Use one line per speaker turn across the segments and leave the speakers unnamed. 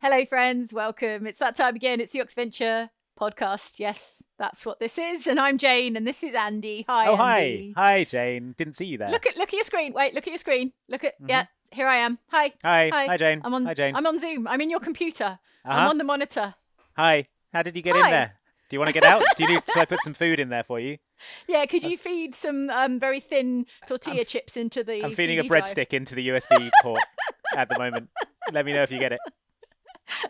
Hello, friends. Welcome. It's that time again. It's the Ox Venture podcast. Yes, that's what this is. And I'm Jane, and this is Andy. Hi.
Oh
Andy.
hi, hi Jane. Didn't see you there.
Look at look at your screen. Wait, look at your screen. Look at yeah. Here I am. Hi.
Mm-hmm. Hi. Hi, Jane.
I'm on.
Hi, Jane.
I'm on Zoom. I'm in your computer. I'm
Uh-huh.
on the monitor.
Hi. How did you get
Hi.
in there? Do you want to get out? Do you need? Should I put some food in there for you?
Yeah.
Uh,
Could you feed some um, very thin tortilla chips into the?
I'm feeding a
CD drive?
breadstick into the USB port at the moment. Let me know if you get it.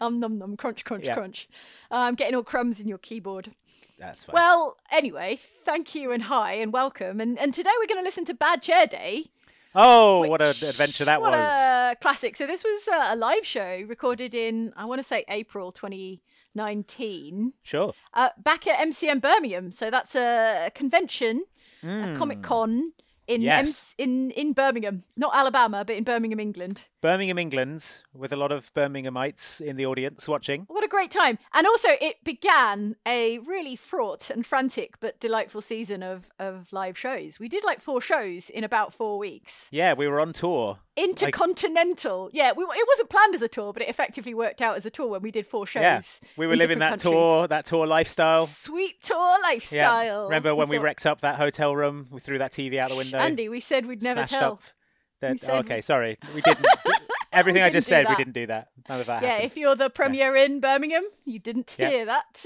Um, num num. Crunch crunch
Yeah.
crunch. Uh, I'm getting all crumbs in your keyboard.
That's fine.
Well, anyway, thank you and hi and welcome. And and today we're going to listen to Bad Chair Day.
oh, what an
Which-
adventure that
what
was!
a classic. So this was uh, a live show recorded in, I want to say April 2019,
Sure.
uh, back at MCM Birmingham. So that's a convention, a Comic Con in,
Hmm. Yes.
M- in in Birmingham, not Alabama, but in Birmingham, England.
Birmingham, England, with a lot of Birminghamites in the audience watching.
What a great time! And also, it began a really fraught and frantic but delightful season of of live shows. We did like four shows in about four weeks.
Yeah, we were on tour.
Intercontinental. yeah, we, it wasn't planned as a tour, but it effectively worked out as a tour when we did four shows.
Yeah, we were
in
living that
different
tour,
countries.
that tour lifestyle.
Sweet tour lifestyle.
Yeah. Remember when we
thought,
wrecked up that hotel room? We threw that TV out the window.
Andy, we said we'd never
smashed
tell.
up the-
We said
oh, okay, sorry. We didn't. everything I
didn't
just
do
said,
that.
we didn't do that. None of that
Yeah,
happened.
if you're the premier in Birmingham, you didn't
Yeah.
hear that.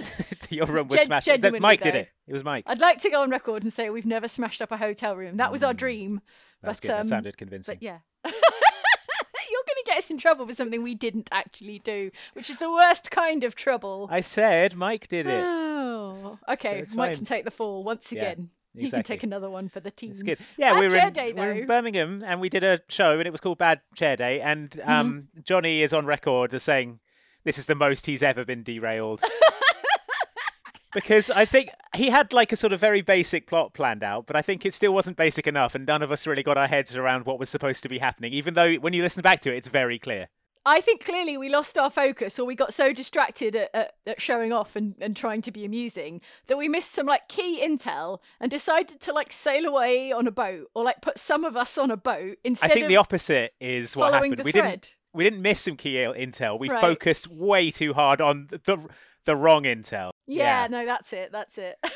Your room was
Gen-
smashed. The-
genuinely,
Mike did
though.
it. It was Mike.
I'd like to go on record and say we've never smashed up a hotel room. That was our dream.
Mm. That's
but
good.
um,
that sounded convincing.
but yeah. You're going to get us in trouble for something we didn't actually do, which is the worst kind of trouble.
I said Mike did
Ah.
it.
Oh, okay.
it's
Mike
fine.
can take the fall once
Yeah,
again. He can take
exactly.
another one for the team.
It's good. Yeah,
Bad
we, were
chair
in,
day,
we were in
though.
Birmingham and we did a show and it was called Bad Chair Day. And
Mm-hmm.
um, Johnny is on record as saying this is the most he's ever been derailed. because I think he had like a sort of very basic plot planned out, but I think it still wasn't basic enough. And none of us really got our heads around what was supposed to be happening, even though when you listen back to it, it's very clear.
I think clearly we lost our focus, or we got so distracted at, at, at showing off and, and trying to be amusing that we missed some like key intel and decided to like sail away on a boat, or like put some of us on a boat instead
I think
of
the opposite is what
following
happened.
the
we
thread.
didn't we didn't miss some key il- intel. We
Right.
focused way too hard on th- the the wrong intel.
yeah, no, that's it, that's it.
it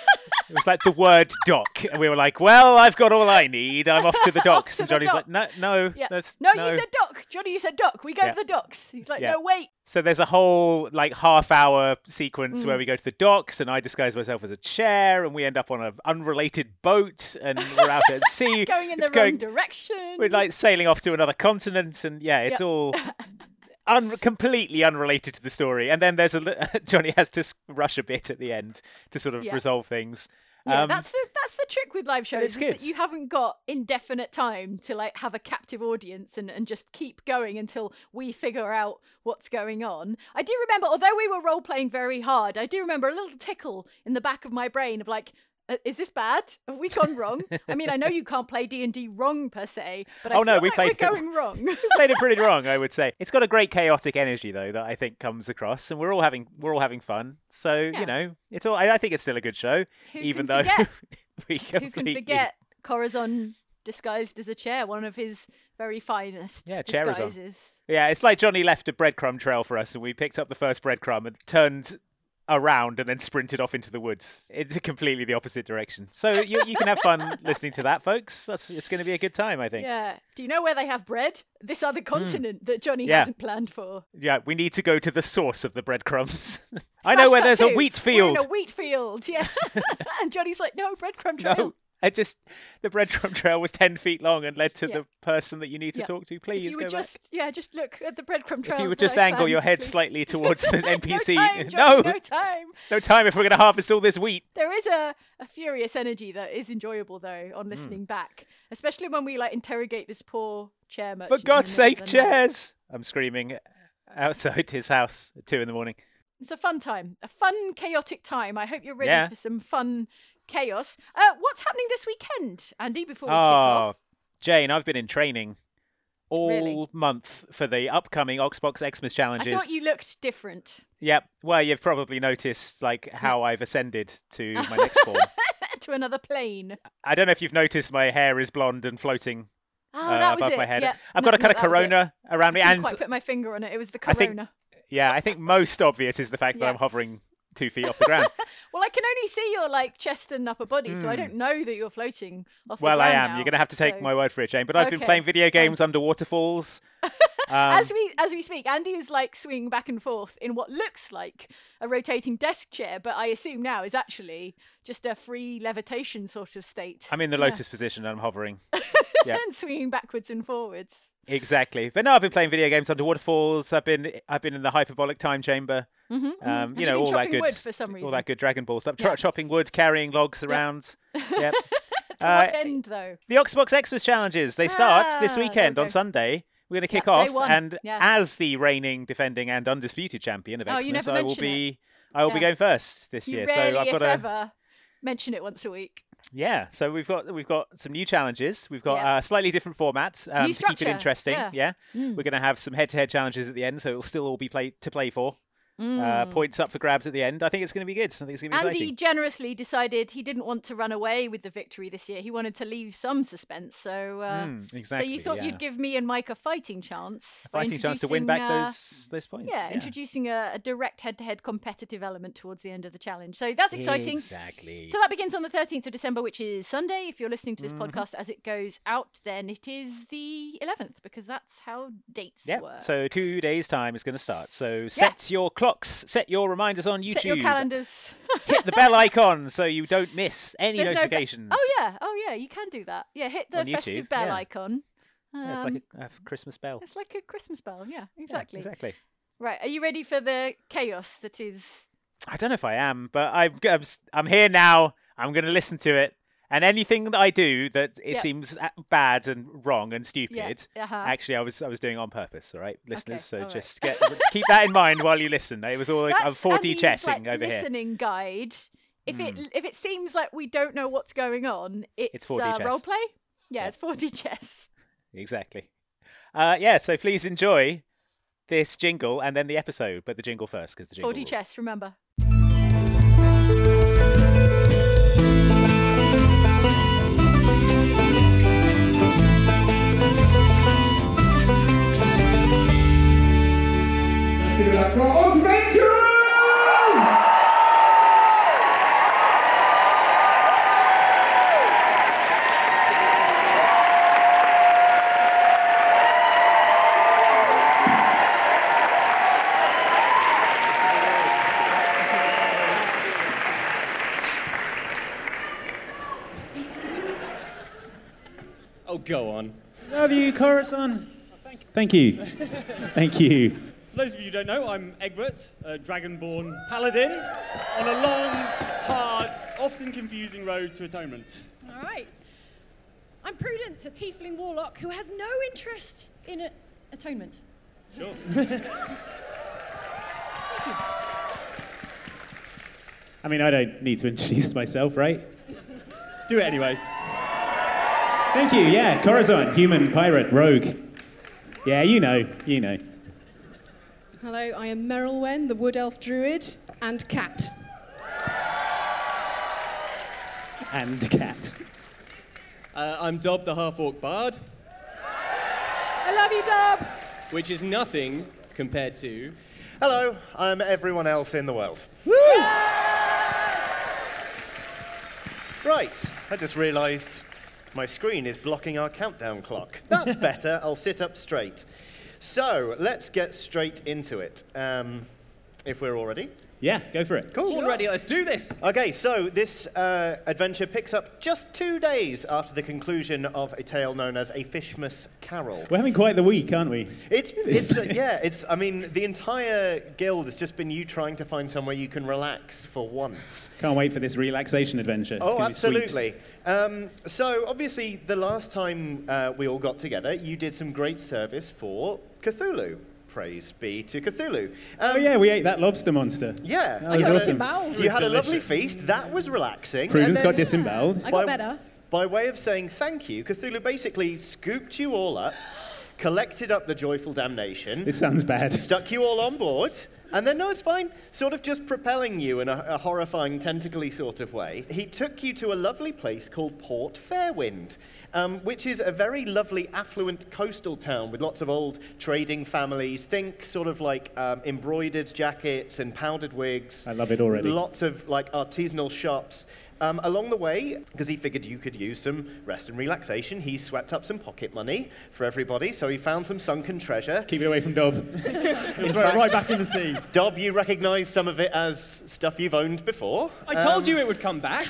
was like the word dock, and we were like, "Well, I've got all I need. I'm off to the docks."
to
and
the
Johnny's like, "No, no,
yeah.
that's,
no, you said dock, Johnny. You said dock. We go
Yeah.
to the docks. He's like,
Yeah.
no, wait.
So there's a whole like half hour
Mm-hmm.
sequence where we go to the docks, and I disguise myself as a chair, and we end up on an unrelated boat, and we're out at sea,
Going in the wrong direction.
We're like sailing off to another continent, and yeah, it's
Yeah.
all un- completely unrelated to the story. And then there's a li- Johnny has to s- rush a bit at the end to sort of
Yeah.
resolve things.
Yeah,
Um,
that's the that's the trick with live shows
it's
is
good.
that you haven't got indefinite time to like have a captive audience and, and just keep going until we figure out what's going on. I do remember, although we were role playing very hard, I do remember a little tickle in the back of my brain of like, "Uh, is this bad? Have we gone wrong? I mean, I know you can't play D and D wrong per se, but I
Oh, no,
feel
we
like
played
we're
it-
going wrong.
played it pretty wrong, I would say. It's got a great chaotic energy though that I think comes across, and we're all having we're all having fun. So
Yeah.
you know, it's all. I, I think it's still a good show,
Who
even
can
though
forget?
we completely.
Who can forget Corazon disguised as a chair, one of his very finest
Yeah, Charizon.
disguises.
Yeah, it's like Johnny left a breadcrumb trail for us, and we picked up the first breadcrumb and turned around and then sprinted off into the woods. It's completely the opposite direction. So you, you can have fun listening to that, folks. That's it's going to be a good time, I think.
Yeah. Do you know where they have bread? This other continent that Johnny
Hmm. Yeah.
hasn't planned for.
Yeah, we need to go to the source of the breadcrumbs. I know where there's a wheat field.
we a wheat field, yeah. and Johnny's like, no, breadcrumb trail.
No, I just the breadcrumb trail was ten feet long and led to
Yeah.
the person that you need to
Yeah.
talk to.
If
Please
you
go
would
back.
just, yeah, just look at the breadcrumb trail.
If you would
that I
just angle your
planned,
head
please.
slightly towards the
no,
NPC.
time, Johnny,
no,
no time.
no time if we're going to harvest all this wheat.
There is a, a furious energy that is enjoyable though
Hmm.
on listening back, especially when we like interrogate this poor chair merchant.
For
in the
God's
middle of
sake,
the night.
chairs! I'm screaming outside his house at two in the morning.
It's a fun time, a fun chaotic time. I hope you're ready
Yeah.
for some fun chaos. Uh, what's happening this weekend, Andy? Before we kick
Oh,
off,
Jane, I've been in training all
Really?
month for the upcoming Oxbox Xmas
I
challenges.
thought you looked different.
Yep. Well, you've probably noticed like how I've ascended to my next form.
to another plane.
I don't know if you've noticed my hair is blonde and floating
Oh,
uh,
that was
above
it.
my head.
Yeah.
I've
No,
got a kind
no,
of
that was it.
corona around me,
I
and
couldn't quite put my finger on it. It was the
I think-
corona.
yeah, I think most obvious is the fact that
Yeah.
I'm hovering two feet off the ground.
Well, I can only see your like chest and upper body, so I don't know that you're floating off. the
Hmm. well, I
ground
am.
now,
You're going to have to take
so-
my word for it, Jane. But I've been
Okay,
playing video games under waterfalls. Um,
as we as we speak, Andy is like swinging back and forth in what looks like a rotating desk chair, but I assume now is actually just a free levitation sort of state.
I'm in the lotus position and I'm hovering. yeah.
and swinging backwards and forwards.
Exactly. But no, I've been playing video games under waterfalls. I've been I've been in the hyperbolic time chamber. Mm-hmm, um, you
you've
know,
been
all that
chopping
good
wood for some
all
reason.
that good Dragon Ball stuff.
Yeah.
Chop Chopping wood, carrying logs around. Yep.
To
Uh,
what end, though?
The Xbox Xmas challenges. They start
Ah,
this
there we
weekend
go.
on Sunday. We're going to kick
Yeah, day
off,
one.
and
Yeah.
as the reigning, defending, and undisputed champion of
Oh, you
Xmas,
never
I will
mention it.
be I will be
Yeah.
going first this
You
year.
rarely,
so I've
if
got a
ever, mention it once a week.
yeah. So we've got we've got some new challenges. We've got
Yeah.
uh, slightly different formats um, to keep it
structure,
interesting.
yeah. Mm.
we're going to have some head-to-head challenges at the end, so it'll still all be play to play for. Uh, points up for grabs at the end. I think it's going to be good. I think it's going to be
Mm. Andy
exciting.
generously decided he didn't want to run away with the victory this year. He wanted to leave some suspense. So, uh,
Mm,
so
exactly,
you thought
yeah.
you'd give me and Mike a fighting chance? for
Fighting chance to win
introducing,
back
uh,
those those points.
Yeah, introducing a, a direct head-to-head competitive element towards the end of the challenge. So that's exciting.
Exactly.
So that begins on the 13th of December, which is Sunday. If you're listening to this
Mm-hmm.
podcast as it goes out, then it is the 11th because that's how dates
Yeah.
work.
So two days time is going to start. So set your clocks, set your reminders on YouTube,
Set your calendars.
hit the bell icon so you don't miss any
There's no be-
notifications.
oh yeah, oh yeah, you can do that. Yeah, hit the
On YouTube,
festive bell
yeah.
icon.
Yeah, it's
Um,
like a, a Christmas bell.
It's like a Christmas bell, yeah,
Yeah,
exactly.
exactly.
Right, are you ready for the chaos that is?
I don't know if I am, but I'm g- I'm, s- I'm here now. I'm going to listen to it. And anything that I do that it
Yep.
seems a- bad and wrong and stupid,
uh-huh.
actually, I was I was doing on purpose. All right, listeners.
all
so
right.
just get, keep that in mind while you listen. It was all like, I'm
That's
4D
Andy's,
chessing
like,
over here. Hmm.
Listening guide. If it if it seems like we don't know what's going on, it's,
4D
uh,
chess.
role play. Yeah, it's 4D chess.
Exactly. Uh, yeah, so please enjoy this jingle and then the episode, but the jingle first because the jingle.
4D
rules.
chess. Remember.
give it up for our ultimate jurors!
Oh, go on.
Love you, Coruscant. Thank you. Thank you.
For those of you who don't know, I'm Egbert, a dragonborn paladin, on a long, hard, often confusing road to atonement.
All right. I'm Prudence, a tiefling warlock who has no interest in a- atonement.
Sure.
I mean, I don't need to introduce myself, right?
Do it anyway.
Thank you. Yeah, Coruscant, human, pirate, rogue. Yeah, you know, you know.
Hello, I am Merylwen, the wood elf druid, and cat.
And cat.
Uh, I'm Dob, the half orc bard,
I love you, Dub.
which is nothing compared to.
Hello, I'm everyone else in the world. Right, I just realised my screen is blocking our countdown clock. That's better, I'll sit up straight. So, let's get straight into it. Um, if we're all ready.
Yeah, go for it.
Cool.
Already, let's do this.
Okay, so this uh, adventure picks up just two days after the conclusion of a tale known as A Fishmas Carol.
We're having quite the week, aren't we?
It's, it's uh, yeah, it's, I mean, the entire guild has just been you trying to find somewhere you can relax for once.
Can't wait for this relaxation adventure. It's
oh,
gonna be sweet.
absolutely. Um, so, obviously, the last time uh, we all got together, you did some great service for Cthulhu. Praise be to Cthulhu.
Oh
Um,
yeah, we ate that lobster monster.
Yeah.
That was
you had a-
awesome.
You had a lovely
Delicious.
feast. That was relaxing.
Prudence
And
got
then-
disemboweled.
I got better.
By way of saying thank you, Cthulhu basically scooped you all up, collected up the joyful damnation,
This sounds bad.
stuck you all on board, and then, no, it's fine, sort of just propelling you in a, a horrifying, tentacly sort of way. He took you to a lovely place called Port Fairwind, um, which is a very lovely, affluent coastal town with lots of old trading families. Think sort of like um, embroidered jackets and powdered wigs.
I love it already.
Lots of like artisanal shops. Um, along the way, because he figured you could use some rest and relaxation, he swept up some pocket money for everybody. So he found some sunken treasure.
Keep it away from Dob. He'll throw it right back in the sea.
Dob, you recognise some of it as stuff you've owned before.
I told you it would come back.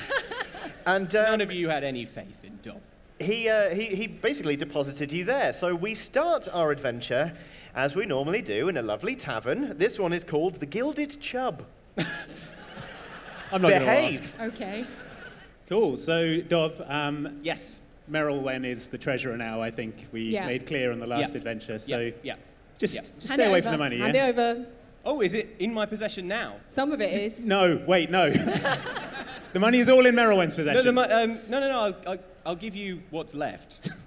And uh,
None of you had any faith in Dom.
he, uh, he, he basically deposited you there. So we start our adventure, as we normally do, in a lovely tavern. This one is called the Gilded Chub.
I'm not going to ask.
Behave.
Okay.
Cool. So Dob, um,
Yes.
Meryl Wen is the treasurer now. I think we
Yeah.
made clear on the last
Yeah.
adventure. So
Yeah. yeah.
just,
Yeah.
just
Hand
stay
it
away
over.
from the money.
Hand
yeah?
it over.
Oh, is it in my possession now?
Some of it is.
No, wait, no. the money is all in Meryl Wen's possession.
No, the, mo- um, no, no, no. I'll, I'll, I'll give you what's left.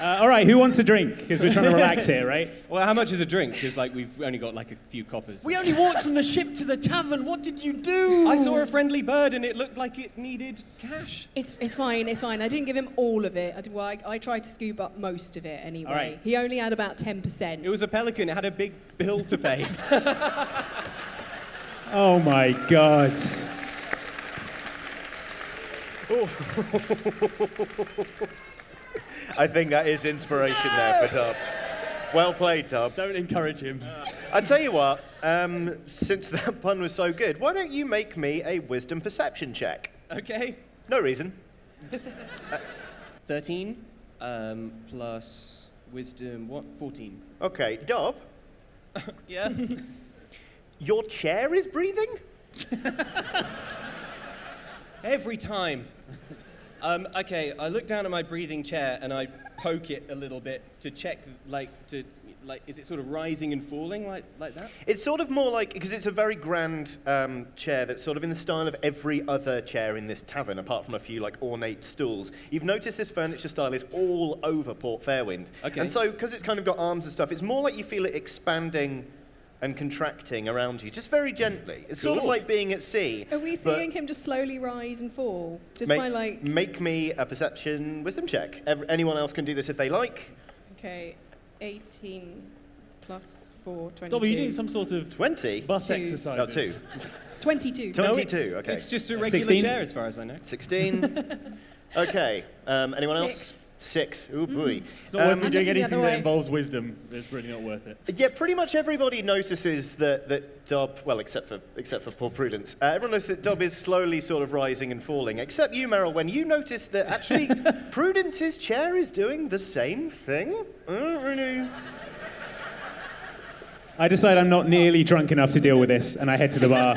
Uh, all right, who wants a drink? Because we're trying to relax here, right?
well, how much is a drink? Because like we've only got like a few coppers.
We only walked from the ship to the tavern. What did you do?
I saw a friendly bird and it looked like it needed cash.
It's, it's fine, it's fine. I didn't give him all of it. I, did, well, I, I tried to scoop up most of it anyway.
All right.
He only had about 10%.
It was a pelican. It had a big bill to pay.
Oh my God.
I think that is inspiration there for Dob. Well played, Dob.
Don't encourage him.
I tell you what, um, since that pun was so good, why don't you make me a wisdom perception check?
Okay.
No reason.
13 um, plus wisdom, what? 14.
Okay, Dob,
Yeah.
your chair is breathing?
Every time. Um, okay, I look down at my breathing chair and I poke it a little bit to check, like, to, like, is it sort of rising and falling like, like that?
It's sort of more like because it's a very grand um, chair that's sort of in the style of every other chair in this tavern, apart from a few like ornate stools. You've noticed this furniture style is all over Port Fairwind,
Okay.
and so because it's kind of got arms and stuff, it's more like you feel it expanding and contracting around you, just very gently. It's sort of
Cool.
like being at sea.
Are we
but
seeing him just slowly rise and fall? Just
Make,
by like,
make me a perception wisdom check. Ev- anyone else can do this if they like.
okay, 18 plus 4, 22.
Dobby, you doing some sort of
Twenty.
butt
Two.
No,
exercises?
two.
22.
No,
it's-
Twenty-two. okay.
It's just a regular
16?
chair as far as I know.
16. okay. Um, anyone else?
Six.
Six. Ooh,
Mm.
boy.
It's not worth me
Um,
doing
looking the
anything
other
that
way.
involves wisdom. It's really not worth it.
yeah, pretty much everybody notices that, that Dob, well, except for, except for poor Prudence, uh, everyone knows that Dob is slowly sort of rising and falling, except you, Meryl, when you notice that actually Prudence's chair is doing the same thing. I don't really-
I decide I'm not nearly drunk enough to deal with this, and I head to the bar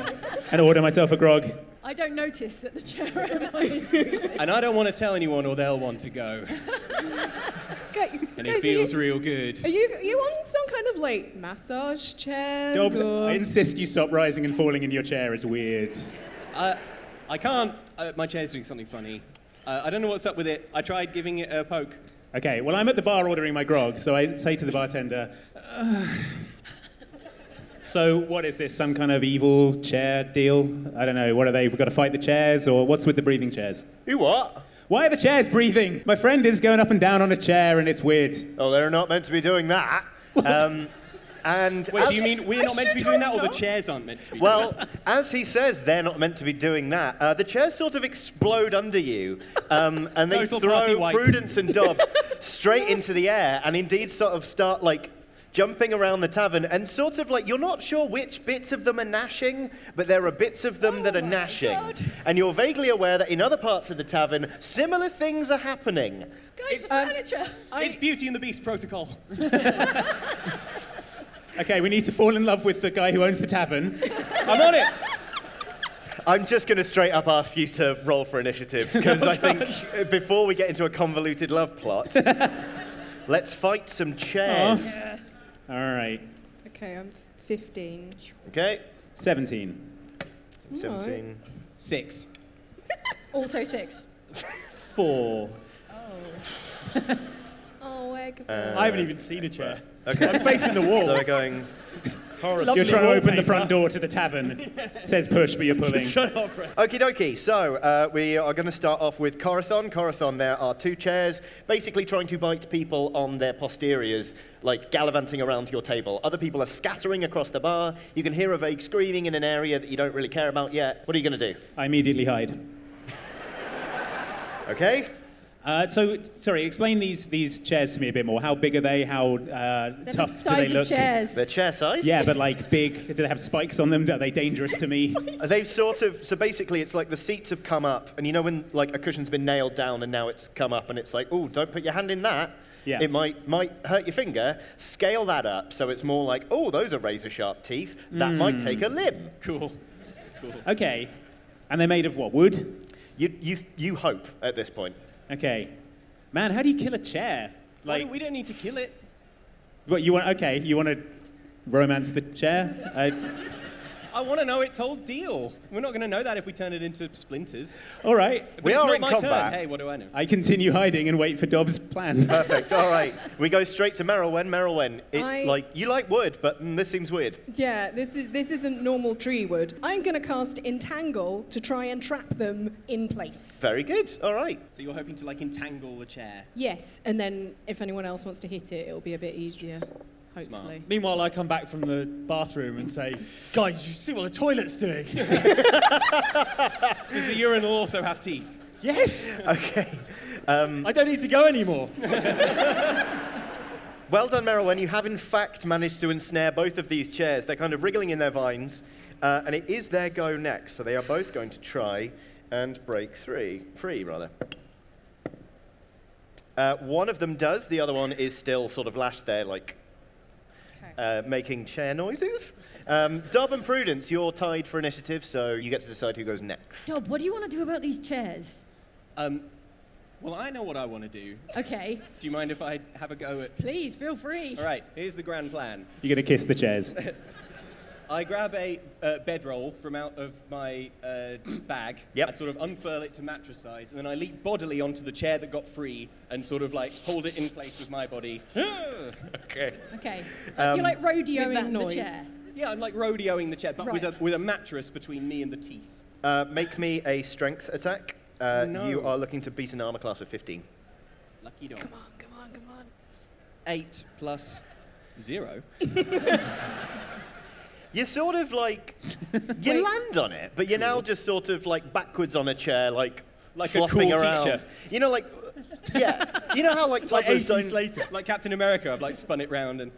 and order myself a grog.
I don't notice that the chair over is.
And I don't want to tell anyone or they'll want to go.
Go-
And
guys,
it feels
are you,
real good.
Are you, are you on some kind of like massage chairs?
Dob,
or...
I insist you stop rising and falling in your chair. It's weird.
I, I can't. Uh, my chair's doing something funny. Uh, I don't know what's up with it. I tried giving it a poke.
Okay, well, I'm at the bar ordering my grog, so I say to the bartender, "Ugh." So, what is this? Some kind of evil chair deal? I don't know. What are they? We've got to fight the chairs, or what's with the breathing chairs?
You what?
Why are the chairs breathing? My friend is going up and down on a chair, and it's weird.
Oh, they're not meant to be doing that. Um, And
Wait,
as-
do you mean we're not meant to be doing that, or the chairs aren't meant to be doing
Well, as he says, they're not meant to be doing that. Uh, the chairs sort of explode under you, um, and they
Total party
throw
wipe.
Prudence and Dob straight into the air, and indeed sort of start like jumping around the tavern, and sort of like you're not sure which bits of them are gnashing, but there are bits of
Oh
them that are gnashing, and you're vaguely aware that in other parts of the tavern, similar things are happening.
Guys,
furniture!
It's Beauty and the Beast protocol.
Okay, we need to fall in love with the guy who owns the tavern.
I'm on it. I'm just going to straight up ask you to roll for initiative because I think uh, before we get into a convoluted love plot, let's fight some chairs.
Yeah.
All right.
Okay, I'm 15.
Okay.
17.
Alright. 17.
6.
Also six.
4.
Oh, egg.
I haven't even seen a chair.
Okay.
I'm facing the wall.
So we're going.
You're trying to open the front door to the tavern. It says push, but you're pulling.
Okie dokie. So uh, we are going to start off with Corathon. Corathon, there are two chairs, basically trying to bite people on their posteriors, like gallivanting around your table. Other people are scattering across the bar. You can hear a vague screaming in an area that you don't really care about yet. What are you going to do?
I immediately hide.
Okay.
Uh, so, sorry, explain these, these chairs to me a bit more. How big are they? How uh,
the
tough do
size
they
of
look?
chairs. They're
chair size.
Yeah, but like big. Do they have spikes on them? Are they dangerous to me?
They sort of so basically it's like the seats have come up and you know when like a cushion's been nailed down and now it's come up and it's like oh don't put your hand in that
Yeah.
it might might hurt your finger scale that up so it's more like oh those are razor sharp teeth that might
Mm.
Hmm.
take a limb cool cool
okay, and they're made of what? Wood?
You you you hope at this point.
Okay, man, how do you kill a chair?
Like, we don't need to kill it.
What you want? Okay, you want to romance the chair? Uh, I,
I want to know its whole deal. We're not going to know that if we turn it into splinters.
all right.
But it's not my Turn. Hey, what do I know?
I continue hiding and wait for Dobbs' plan.
perfect all right we go straight to Merylwen Merylwen it
I-
like you like wood but mm, this seems weird
Yeah, this is this isn't normal tree wood. I'm gonna cast entangle to try and trap them in place.
very good all right
So you're hoping to like entangle the chair.
Yes, and then if anyone else wants to hit it, it'll be a bit easier, hopefully.
Meanwhile, I come back from the bathroom and say, guys, you see what the toilet's doing?
Does the urinal also have teeth?
yes!
Okay. Um,
I don't need to go anymore.
Well done, Merylwen. You have, in fact, managed to ensnare both of these chairs. They're kind of wriggling in their vines, uh, and it is their go next. So they are both going to try and break three, free rather. Uh, one of them does. The other one is still sort of lashed there, like uh, making chair noises. Um, Dob and Prudence, you're tied for initiative, so you get to decide who goes next.
Dob, what do you want to do about these chairs?
Um, well, I know what I want to do.
Okay.
Do you mind if I have a go at?
Please, feel free.
All right. Here's the grand plan.
You're gonna kiss the chairs.
I grab a uh, bedroll from out of my uh, bag.
Yep.
I sort of unfurl it to mattress size, and then I leap bodily onto the chair that got free and sort of like hold it in place with my body.
okay.
Okay.
Um,
You're like
With that
rodeoing the
noise.
chair.
Yeah, I'm like rodeoing the chair, but with, a, with a mattress between me and the teeth.
Uh, make me a strength attack. Uh,
No.
You are looking to beat an armor class of 15.
Lucky dog. Come on, come on, come on. Eight plus zero.
You're sort of like you land on it, but you're now just sort of like backwards on a chair, like
Like a
flopping
cool
around.
teacher.
You know, like yeah, you know how like
like
toddlers
ACs
don't.
later. Like Captain America, I've like spun it round and.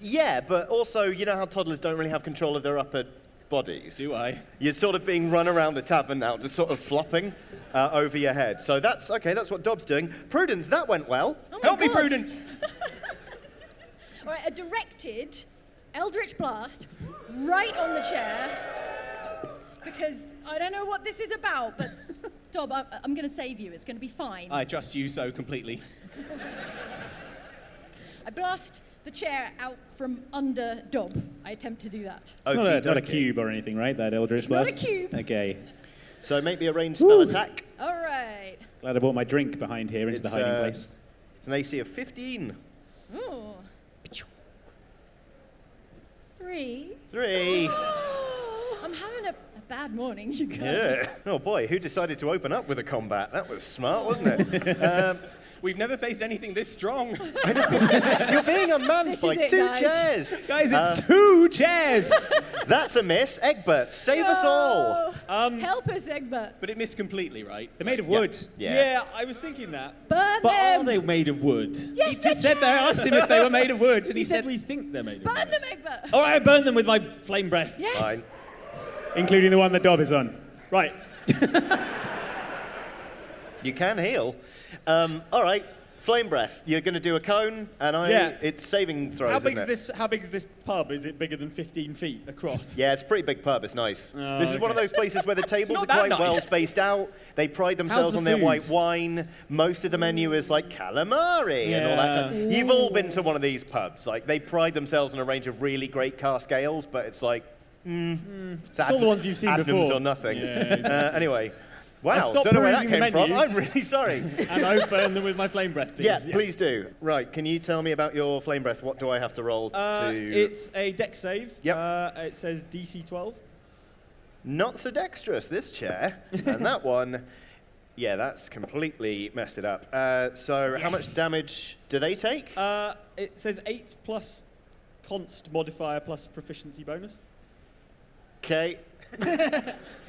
Yeah, but also you know how toddlers don't really have control of their upper bodies. Do
I?
You're sort of being run around the tavern now, just sort of flopping uh, over your head. So that's okay. That's what Dobb's doing. Prudence, that went well.
Help me, Prudence.
All right, a directed Eldritch Blast right on the chair because I don't know what this is about, but Dob, I'm, I'm going to save you. It's going to be fine.
I trust you so completely.
I blast the chair out from under Dob. I attempt to do that.
It's not a,
Okie
not a
dokie.
cube or anything, right? That Eldritch
Not a
Blast?
cube.
Okay.
So make me a ranged spell attack.
All right.
Glad I brought my drink behind here into
It's,
the hiding
uh,
place.
It's an AC of 15.
Ooh. Three.
Three.
I'm having a a bad morning, you guys.
Yeah. Oh boy, who decided to open up with a combat? That was smart, wasn't it? um,
We've never faced anything this strong.
You're being unmanned
This
by
is it,
two
guys.
chairs.
Guys,
uh,
it's
two chairs. That's a miss. Egbert, save us all.
Mm.
Um, Help us, Egbert.
But it missed completely, right?
They're made of wood.
Yeah,
Yeah.
I was thinking that.
Um,
Burn
But
them.
are they made of wood?
Yes,
he
they're
just said that. I asked him if they were made of wood, and he, said, we think they're made of wood.
Burn them, Egbert.
All right, I burn them with my flame breath.
Yes.
Including the one that Dob is on. Right.
You can heal. Um, all right. Flame breath. You're going to do a cone, and I.
Yeah.
It's saving throws.
How
isn't
big's
it?
this? How big's this pub? Is it bigger than 15 feet across?
Yeah, it's a pretty big pub. It's nice.
Oh,
this is one of
okay.
those places where the tables
not
are
that
quite well
nice.
spaced out. They pride
How's
themselves
the
on their
food?
white wine. Most of the menu is like calamari and all that.
Yeah.
Kind You've all been to one of these pubs. Like they pride themselves on a range of really great cask ales, but it's like mm,
Hmm. It's all the ones you've seen
Adnams
before.
or nothing.
Yeah, exactly.
uh, anyway,
I
wow,
stopped
don't know where that
perusing the
came from.
menu.
I'm really sorry.
and I burn them with my flame breath. Please.
yeah, please do. Right, can you tell me about your flame breath? What do I have to roll
Uh,
to?
It's a deck save. Yep. Uh, it says DC 12.
not so dexterous, this chair. and that one, yeah, that's completely messed it up. Uh, so, how much
Yes.
damage do they take?
Uh, it says 8 plus const modifier plus proficiency bonus.
Okay.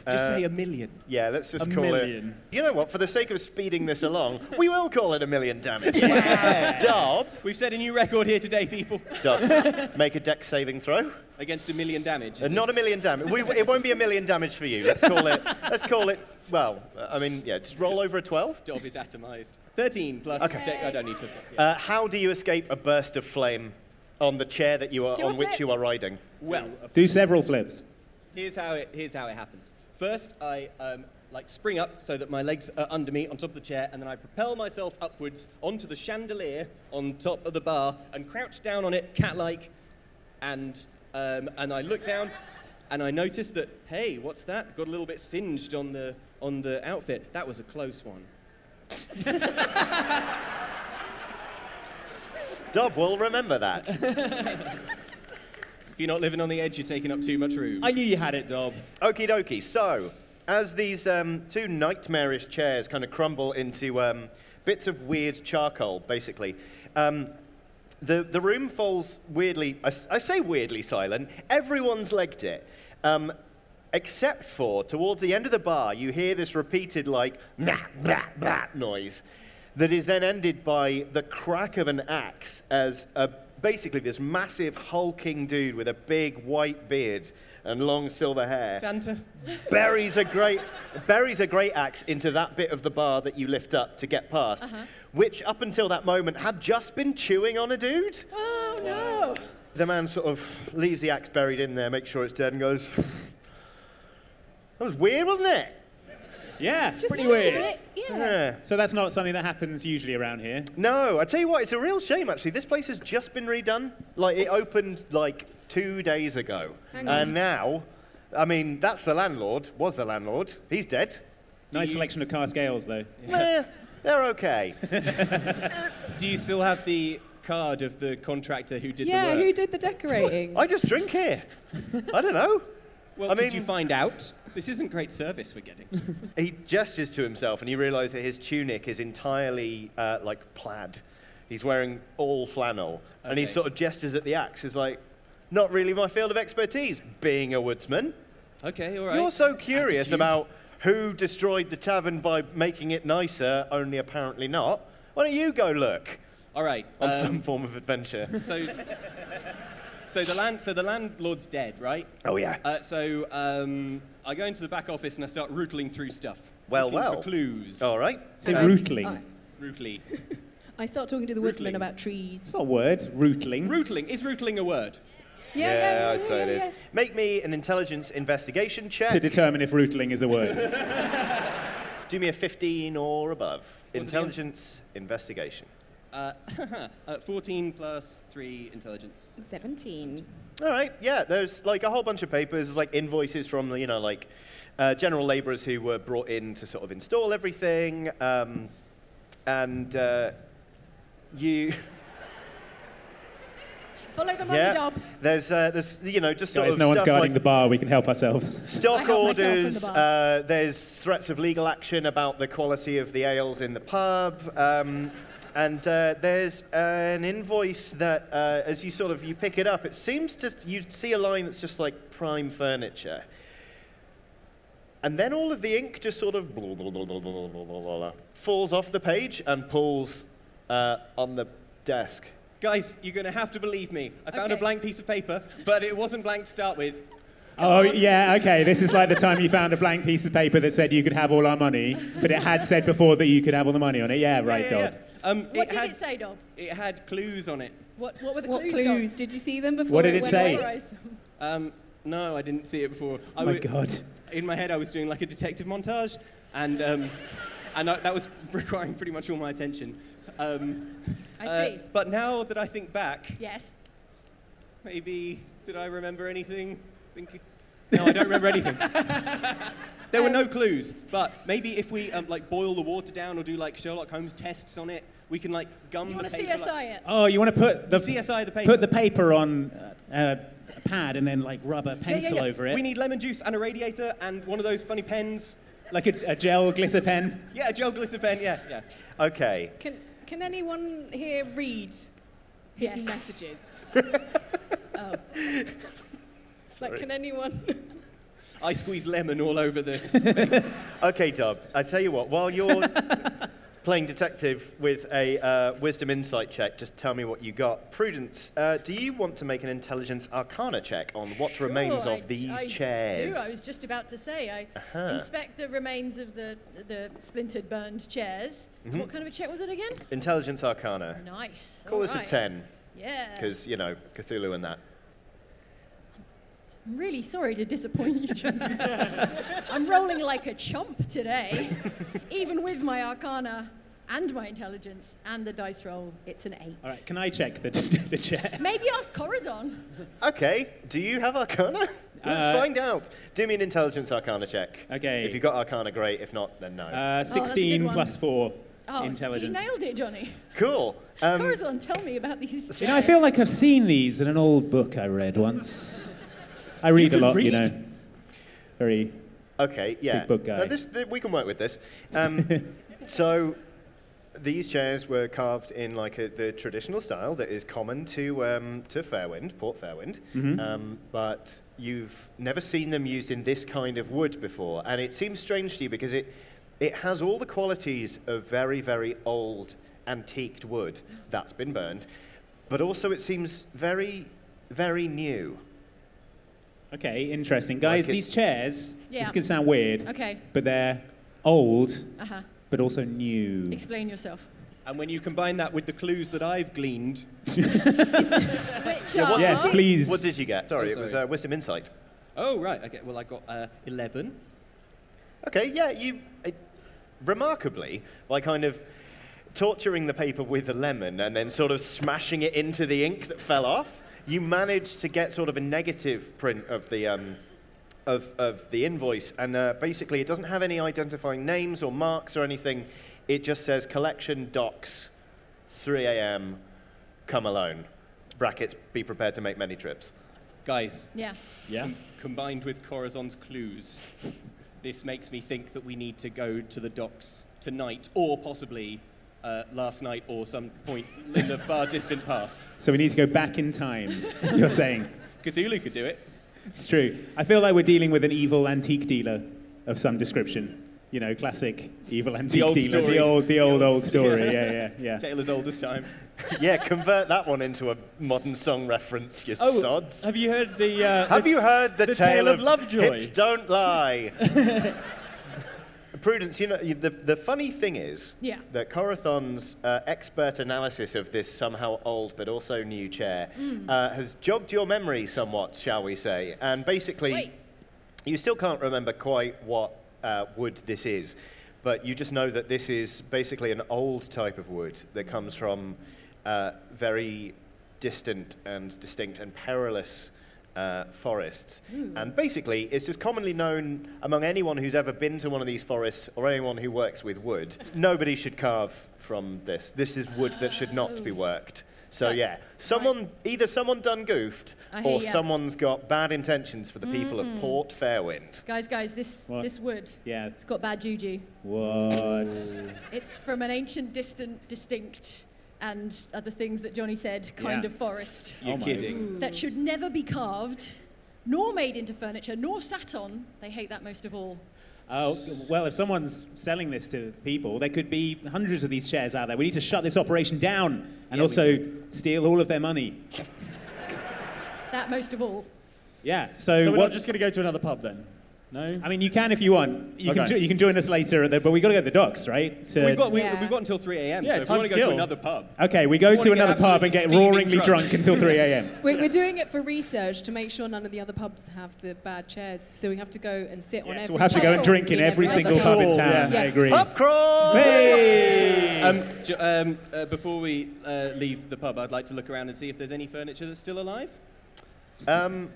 Just say
Uh,
a million.
Yeah, let's just
A
call
million.
it. You know what? For the sake of speeding this along, we will call it a million damage. Dob,
We've set a new record here today, people.
Dob, make a dex saving throw.
Against a million damage.
Uh, not a million damage. We, it won't be a million damage for you. Let's call it. let's call it. Well, uh, I mean, yeah, just roll over a twelve.
Dob is atomized. 13 plus.
Okay.
deck- I don't need to. yeah.
Uh, how do you escape a burst of flame on the chair that you are
Do a
on which
flip.
you are riding?
Well,
Do several flips.
Here's how it here's how it happens. First, I um, like spring up so that my legs are under me on top of the chair, and then I propel myself upwards onto the chandelier on top of the bar and crouch down on it, cat-like, and um, and I look down. And I notice that, hey, what's that? Got a little bit singed on the on the outfit. That was a close one.
Dob will remember that.
If you're not living on the edge, you're taking up too much room.
I knew you had it, Dob.
Okie dokie. So, as these um, two nightmarish chairs kind of crumble into um, bits of weird charcoal, basically, um, the, the room falls weirdly, I, s- I say weirdly silent, everyone's legged it. Um, except for towards the end of the bar, you hear this repeated, like, blah, blah, blah noise that is then ended by the crack of an axe as a, basically this massive, hulking dude with a big white beard and long silver hair
Santa.
buries a great buries a great axe into that bit of the bar that you lift up to get past, which up until that moment had just been chewing on a dude.
Oh no.
The man sort of leaves the axe buried in there, makes sure it's dead, and goes. That was weird, wasn't it?
Yeah,
Just,
pretty
just
weird.
a bit. Yeah.
Yeah.
So that's not something that happens usually around here.
No, I tell you what, it's a real shame actually. This place has just been redone. Like it opened like two days ago,
Hang
and
on.
now, I mean, that's the landlord. Was the landlord? He's dead.
Nice selection of car scales, though.
Eh, they're okay.
Do you still have the card of the contractor who did
yeah,
the work?
who did the decorating?
I just drink here. I don't know.
well,
I
could
mean-
you find out? This isn't great service we're getting.
He gestures to himself, and you realise that his tunic is entirely uh, like plaid. He's wearing all flannel, and he
Okay.
sort of gestures at the axe. Is like, not really my field of expertise, being a woodsman.
Okay, all right.
You're so curious
Attitude.
about who destroyed the tavern by making it nicer, only apparently not. Why don't you go look
All right.
on
um,
some form of adventure?
so, so the land, so the landlord's dead, right?
Oh, yeah.
Uh, so um, I go into the back office and I start rootling through stuff.
Well,
looking
well.
For clues.
All right.
Say
Uh,
rootling.
I-
Rootly.
I start talking to the woodsman
Rootling.
about trees.
It's not a word, rootling.
rootling is rootling a word.
Yeah,
yeah, I'd say it
yeah,
is.
yeah.
Make me an intelligence investigation check.
To determine if rootling is a word.
Do me a 15 or above.
again?
Intelligence investigation.
Uh, uh, 14 plus three intelligence.
17.
All right, yeah, there's like a whole bunch of papers, there's like invoices from, you know, like uh, general laborers who were brought in to sort of install everything. Um, and uh, you.
Follow the money,
Yeah.
Dob.
There's, uh, there's, you know, just sort
Guys,
of
no one's
stuff
guarding
like
the bar. We can help ourselves.
I
Stock
help myself in the
orders,
bar.
uh, there's threats of legal action about the quality of the ales in the pub. Um, and uh, there's an invoice that, uh, as you sort of you pick it up, it seems to you see a line that's just like prime furniture, and then all of the ink just sort of blah, blah, blah, blah, blah, blah, blah, blah, falls off the page and pulls uh, on the desk.
Guys, you're going to have to believe me. I found a
Okay.
blank piece of paper, but it wasn't blank to start with.
Oh, yeah, okay. This is like the time you found a blank piece of paper that said you could have all our money, but it had said before that you could have all the money on it. Yeah, right,
Yeah, yeah,
Dob.
yeah. Um,
What
it
did
had,
it say, Dob?
It had clues on it.
What, what were the
What
clues,
clues?
Dob?
Did you see them before?
What did it
went
say?
away?
Memorise them.
Um, no, I didn't see it before. I
Oh, my
wa-
God.
In my head, I was doing like a detective montage, and, um, and I, that was requiring pretty much all my attention. Um,
I
uh,
see.
but now that I think back,
Yes.
maybe did I remember anything? Think, no, I don't remember anything. there were no
Um,
clues, but maybe if we um, like boil the water down or do like Sherlock Holmes tests on it, we can like gum
You
the
want to
paper,
CSI
like-
Uh,
it?
Oh, you want to put the
CSI the paper.
put the paper on uh, a pad and then like rub a pencil over it.
We need lemon juice and a radiator and one of those funny pens.
like a, a gel glitter pen.
Yeah, a gel glitter pen. Yeah, yeah.
Okay.
Can, can anyone here read hidden
Yes.
messages?
Oh.
Like, can anyone?
I squeeze lemon all over the.
Okay, Dub. I tell you what. While you're playing detective with a uh, wisdom insight check, just tell me what you got. Prudence, uh, do you want to make an intelligence arcana check on what remains
Sure,
of these
Oh, I
chairs? Uh-huh.
Do. I was just about to say I inspect the remains of the the splintered, burned chairs. And What kind of a chair was it again?
Intelligence arcana.
Nice.
Mm-hmm. Call
all
this
right.
a ten,
Yeah.
because you know Cthulhu and that.
I'm really sorry to disappoint you, John. I'm rolling like a chump today, even with my arcana and my intelligence and the dice roll. It's an eight.
All right, can I check the, the chair?
Maybe ask Corazon.
Okay. Do you have arcana? Let's
Uh,
find out. Do me an intelligence arcana check.
Okay.
If you got arcana, great. If not, then no.
Uh,
Oh, that's a good
16
one.
plus 4
Oh,
intelligence.
You nailed it, Johnny.
cool. Um,
Corazon, tell me about these.
You know, I feel like I've seen these in an old book I read once. I read a
could
lot, you
read?
know. Very.
Okay, yeah.
book guy.
Now this, th- we can work with this. Um, so these chairs were carved in like a, the traditional style that is common to um, to Fairwind, Port Fairwind,
Mm-hmm.
um, but you've never seen them used in this kind of wood before, and it seems strange to you because it it has all the qualities of very very old antiqued wood that's been burned, but also it seems very very new.
Okay, interesting. Guys,
Like it's-
these chairs,
Yeah.
this can sound weird,
Okay.
but they're old,
Uh huh.
but also new.
Explain yourself.
And when you combine that with the clues that I've gleaned,
Which
Yeah,
are
what-
Yes, please.
What did you get? Sorry,
Oh,
it was
sorry.
uh, wisdom insight.
oh right, okay. Well, I got uh, eleven.
Okay, yeah, you it, remarkably by kind of torturing the paper with a lemon and then sort of smashing it into the ink that fell off, you managed to get sort of a negative print of the um, of, of the invoice, and uh, basically it doesn't have any identifying names or marks or anything. It just says collection docs, 3 a.m. Come alone. Brackets. Be prepared to make many trips.
Guys,
yeah.
Yeah.
combined with Corazon's clues, this makes me think that we need to go to the docks tonight, or possibly uh, last night, or some point in the far distant past.
So we need to go back in time, you're saying.
Cthulhu could do it.
It's true. I feel like we're dealing with an evil antique dealer of some description. You know, classic evil antique
old
dealer.
story.
The old, the old, old
old-
story. Yeah, yeah, yeah.
Tale as old as time.
yeah, convert that one into a modern song reference, you sods.
Oh, have you heard the? Uh,
Have
the-
you heard the,
the tale of Lovejoy?
Hips don't lie. Prudence, you know, you- the, the funny thing is
Yeah.
that Corathon's uh, expert analysis of this somehow old but also new chair
Hmm.
uh, has jogged your memory somewhat, shall we say. And basically,
Wait.
you still can't remember quite what uh, wood this is, but you just know that this is basically an old type of wood that comes from uh, very distant and distinct and perilous uh, forests.
Hmm.
And basically, it's just commonly known among anyone who's ever been to one of these forests or anyone who
Oh.
works with wood. Nobody should carve from this. This is wood that should not be worked. So yeah, someone either someone done goofed
I hear
or
ya.
someone's got bad intentions for the people of Port Fairwind.
Guys, guys, this
What?
this wood.
Yeah.
It's got bad juju.
What?
It's from an ancient, distant, distinct, and other things that Johnny said kind
Yeah.
of forest.
You're Oh my. kidding.
That should never be carved, nor made into furniture, nor sat on. They hate that most of all.
Oh, well, if someone's selling this to people, there could be hundreds of these shares out there. We need to shut this operation down and also steal all of their money.
That most of all.
Yeah, so,
So we're
what-
not just going to go to another pub then? No?
I mean, you can if you want. You, can,
Okay.
jo- you can join us later, at the, but we got to go to the docks, right? To-
We've got we, we've got until 3 a.m.
Yeah,
so if you want
time's
to go to
killed.
another pub.
Okay, we
You
go
wanna
to
get
another pub and get
absolutely
roaringly
steaming
drunk,
drunk.
until 3 a.m.
We're, we're doing it for research to make sure none of the other pubs have the bad chairs, so we have to go and sit on every.
so we'll have to go and
Oh,
pub
drink in
every
every single
pub.
pub in town.
Yeah.
I
Oh,
agree.
Popcorn!
Hey!
Um, j- um, uh, before we uh, leave the pub, I'd like to look around and see if there's any furniture that's still alive.
Um,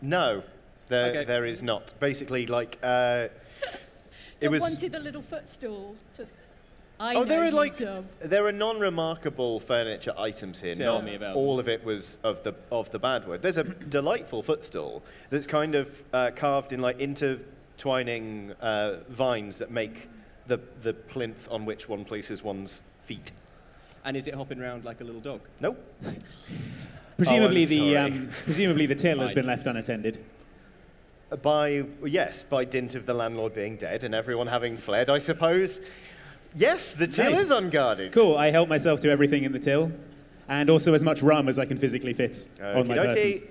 no, there, there is not. Basically, like uh, it
Dub
was.
wanted a little footstool to. I
oh, there
know
are
you,
like
Dub.
there are non-remarkable furniture items here.
Tell
Not
me about
all of it was of the of the bad word. There's a delightful footstool that's kind of uh, carved in like intertwining uh, vines that make the the plinth on which one places one's feet.
And is it hopping around like a little dog?
Nope.
Presumably,
Oh, I'm
the
sorry.
um, presumably the till has
Fine.
been left unattended.
By yes, by dint of the landlord being dead and everyone having fled, I suppose. Yes, the till
Nice.
is unguarded.
Cool. I help myself to everything in the till, and also as much rum as I can physically fit on my
Okie dokie.
person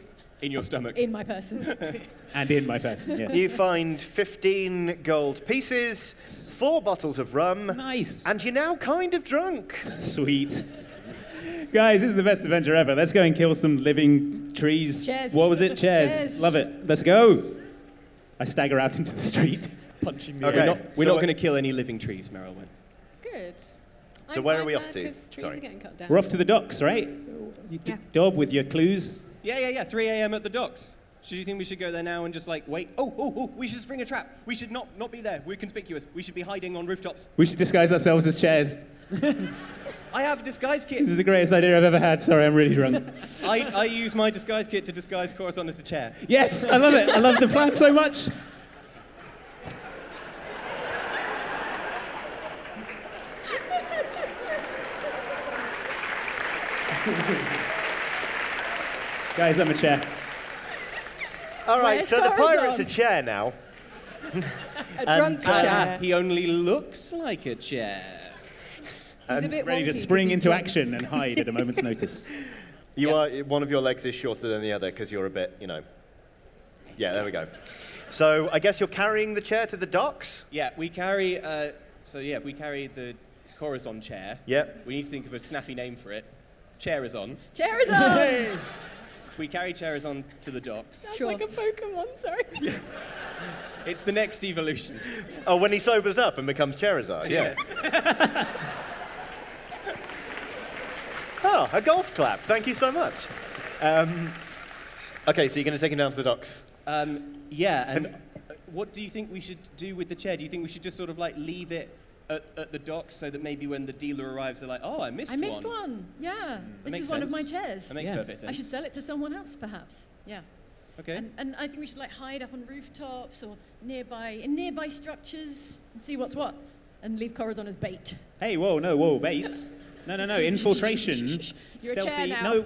In your stomach.
In my person.
and in my person. Yeah.
You find 15 gold pieces, four bottles of rum. Nice. And you're now kind of drunk.
Sweet. Guys, this is the best adventure ever. Let's go and kill some living trees.
Chairs.
What was it? Chairs.
Chairs.
Love it. Let's go. I stagger out into the street.
Punching
the
We're
air.
not,
Okay,
we're
so
not
I-
going to kill any living trees, Merylwyn.
Good. So
where are we off to?
Because trees
Sorry.
are getting cut down.
We're off to the docks, right? You d- Dob with your clues.
Yeah, yeah, yeah. 3 a.m. at the docks. Should you think we should go there now and just like wait? Oh, oh, oh! We should spring a trap. We should not not be there. We're conspicuous. We should be hiding on rooftops.
We should disguise ourselves as chairs.
I have a disguise kit.
This is the greatest idea I've ever had. Sorry, I'm really drunk.
I, I use my disguise kit to disguise Coruscant as a chair.
yes, I love it. I love the plan so much. Guys, I'm a chair.
All right,
Where's
so the
Corazon?
pirate's a chair now.
A
drunk
Ah,
chair.
He only looks like a chair.
He's a bit
ready
wonky
to
'cause
spring
he's
into
drunk.
action and hide at a moment's notice.
You are one of your legs is shorter than the other because you're a bit, you know. Yeah, there we go. So I guess you're carrying the chair to the docks.
Yeah, we carry. Uh, so yeah, we carry the Corazon chair.
Yep.
We need to think of a snappy name for it. Chair is on.
Chair is on! Hey!
we carry chair is on to the docks.
Sounds like a Pokemon, sorry.
It's the next evolution.
Oh, when he sobers up and becomes Charizard, yeah. oh, a golf clap. Thank you so much. Um, okay, so you're going to take him down to the docks.
Um, yeah, and uh, what do you think we should do with the chair? Do you think we should just sort of like leave it at, at the docks so that maybe when the dealer arrives, they're like, oh, I missed
I
one.
missed one. Yeah. This
makes
is one of my
sense.
chairs.
That makes Yeah. perfect
I should
sense.
sell it to someone else, perhaps. Yeah.
Okay.
And, and I think we should like hide up on rooftops or nearby in nearby structures and see what's what, and leave Corazon as bait.
Hey, whoa, no, whoa, wait. No, no, no, infiltration.
You're a chair
Stealthy-
now.
No,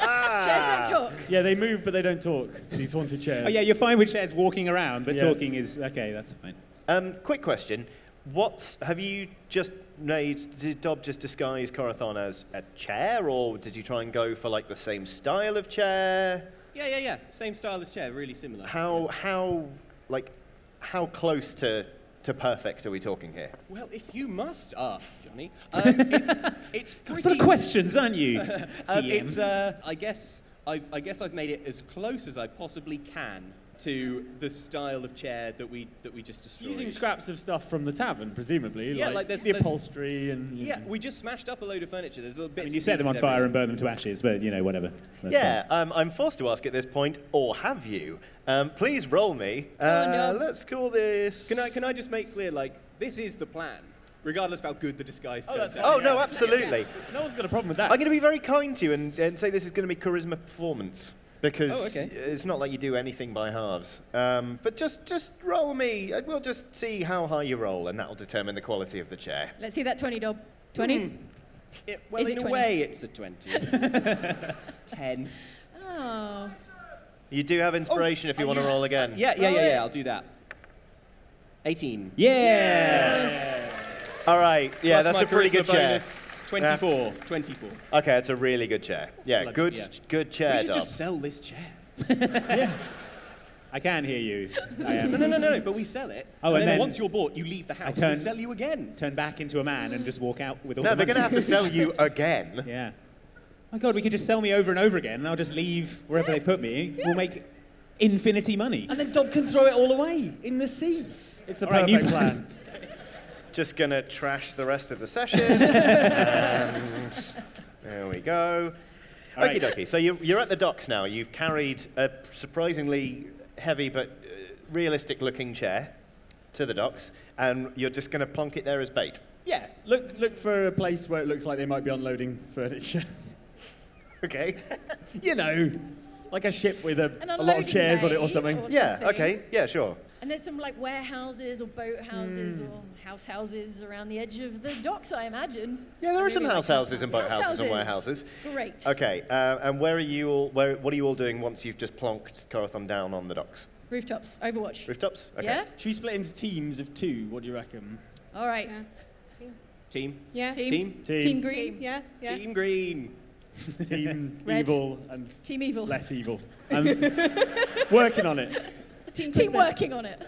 Ah.
Chairs don't talk.
Yeah, they move, but they don't talk. These haunted chairs.
Oh, yeah, you're fine with chairs walking around, but
Yeah.
talking is okay, that's fine.
Um, quick question. What's, have you just made, did Dob just disguise Corathon as a chair, or did you try and go for like the same style of chair?
Yeah, yeah, yeah. Same style as chair, really similar.
How, how, like, how close to, to perfect are we talking here?
Well, if you must ask, Johnny, um, it's, it's pretty.
Full of questions, aren't you?
um,
DM?
it's, uh, I guess, I've, I guess I've made it as close as I possibly can to the style of chair that we that we just destroyed.
Using scraps of stuff from the tavern, presumably.
Yeah, like there's-
the
there's-
upholstery and.
Yeah, we just smashed up a load of furniture. There's little
I mean,
bits. and
you set them on
pieces
fire
everywhere.
and burn them to ashes, but, you know, whatever. That's
yeah, um, I'm forced to ask at this point, or have you? Um, please roll me. Uh,
no.
Let's call this.
Can I, can I just make clear, like, this is the plan. regardless of how good the disguise
Oh,
turns
that's
out.
fine,
Oh, no, absolutely.
No one's got a problem with that.
I'm going to be very kind to you and, and say this is going to be charisma performance because
Oh, okay.
it's not like you do anything by halves. Um, but just just roll me. uh, We'll just see how high you roll, and that'll determine the quality of the chair.
Let's see that 20 dob. 20?
oh,
It, well,
Is
in
it
a
20?
way, it's a 20. 10.
Oh.
You do have inspiration if you want to roll again.
Oh, Yeah, yeah, yeah, yeah, I'll do that. 18.
All right. Yeah,
Plus
that's
my
a pretty good
charisma
chair.
bonus, 24.
That's-
24.
Okay, it's a really good chair. Yeah,
Bloody-
good,
yeah.
good chair.
we should
Dom.
just sell this chair.
I can hear you. I um,
no,
am.
no, no, no, but we sell it.
Oh,
and,
and
then,
then
once you're bought, you leave the house.
I turn,
we sell you again.
Turn back into a man and just walk out with all.
No,
the
they're
money.
gonna have to sell you again.
Yeah. My God, we could just sell me over and over again, and I'll just leave wherever they put me. We'll make infinity money.
And then Dob can throw it all away in the sea.
It's the
All right, new
perfect plan.
Just gonna trash the rest of the session. and there we go.
All right.
Okie dokie. So you're, you're at the docks now. You've carried a surprisingly heavy but uh, realistic looking chair to the docks, and you're just gonna plonk it there as bait.
Yeah, look, look for a place where it looks like they might be unloading furniture.
Okay.
you know, like a ship with a,
An
a lot
unloading
of chairs on it
bay
or something.
or
yeah,
something.
okay. Yeah, sure.
And there's some like warehouses or boat houses or house houses around the edge of the docks, I imagine.
Yeah, there are some house houses and boat
House
houses and
houses.
warehouses.
Great.
Okay, uh, and where are you all? Where, what are you all doing once you've just plonked Corathon down on the docks?
Rooftops, Overwatch.
Rooftops? Okay.
Yeah?
Should we split into teams of two? What do you reckon?
All right.
Team.
Yeah.
Team.
Team.
Team,
Team Green. Yeah. Yeah.
Team green.
team
Red.
evil and
Team Evil.
less evil. I'm working on it.
Team,
Team
Christmas.
working on it.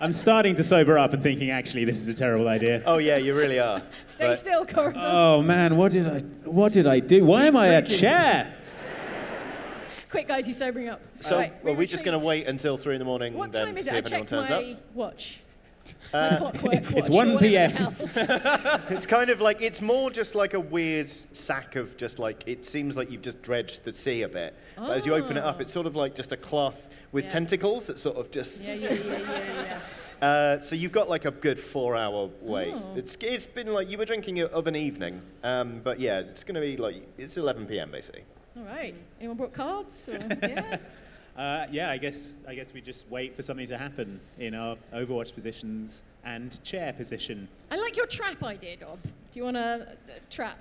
I'm starting to sober up and thinking, actually, this is a terrible idea.
Oh yeah, you really are.
Stay
Right.
still, Corazon.
Uh,
Oh man, what did I? What did I do? Why am I a
drinking.
chair?
Quick, guys, he's sobering up.
So,
All right,
well, we're just going to
retreat.
wait until three in the morning
What
then
time
to
is
see
it? I
if anyone
checked
turns
my
up. Uh,
watch. My clockwork watch.
it's
or
1
whatever the
PM.
hell.
It's kind of like it's more just like a weird sack of just like it seems like you've just dredged the sea a bit. But as you open it up, it's sort of like just a cloth with
Yeah.
tentacles that sort of just.
Yeah, yeah, yeah, yeah, yeah.
Uh, so you've got like a good four-hour wait.
Oh.
It's it's been like you were drinking it of an evening, um, but yeah, it's gonna be like it's 11 p.m. basically.
All right. Anyone brought cards? Or, yeah.
Uh, yeah, I guess I guess we just wait for something to happen in our Overwatch positions and chair position.
I like your trap idea, Dob. Do you want to uh, trap?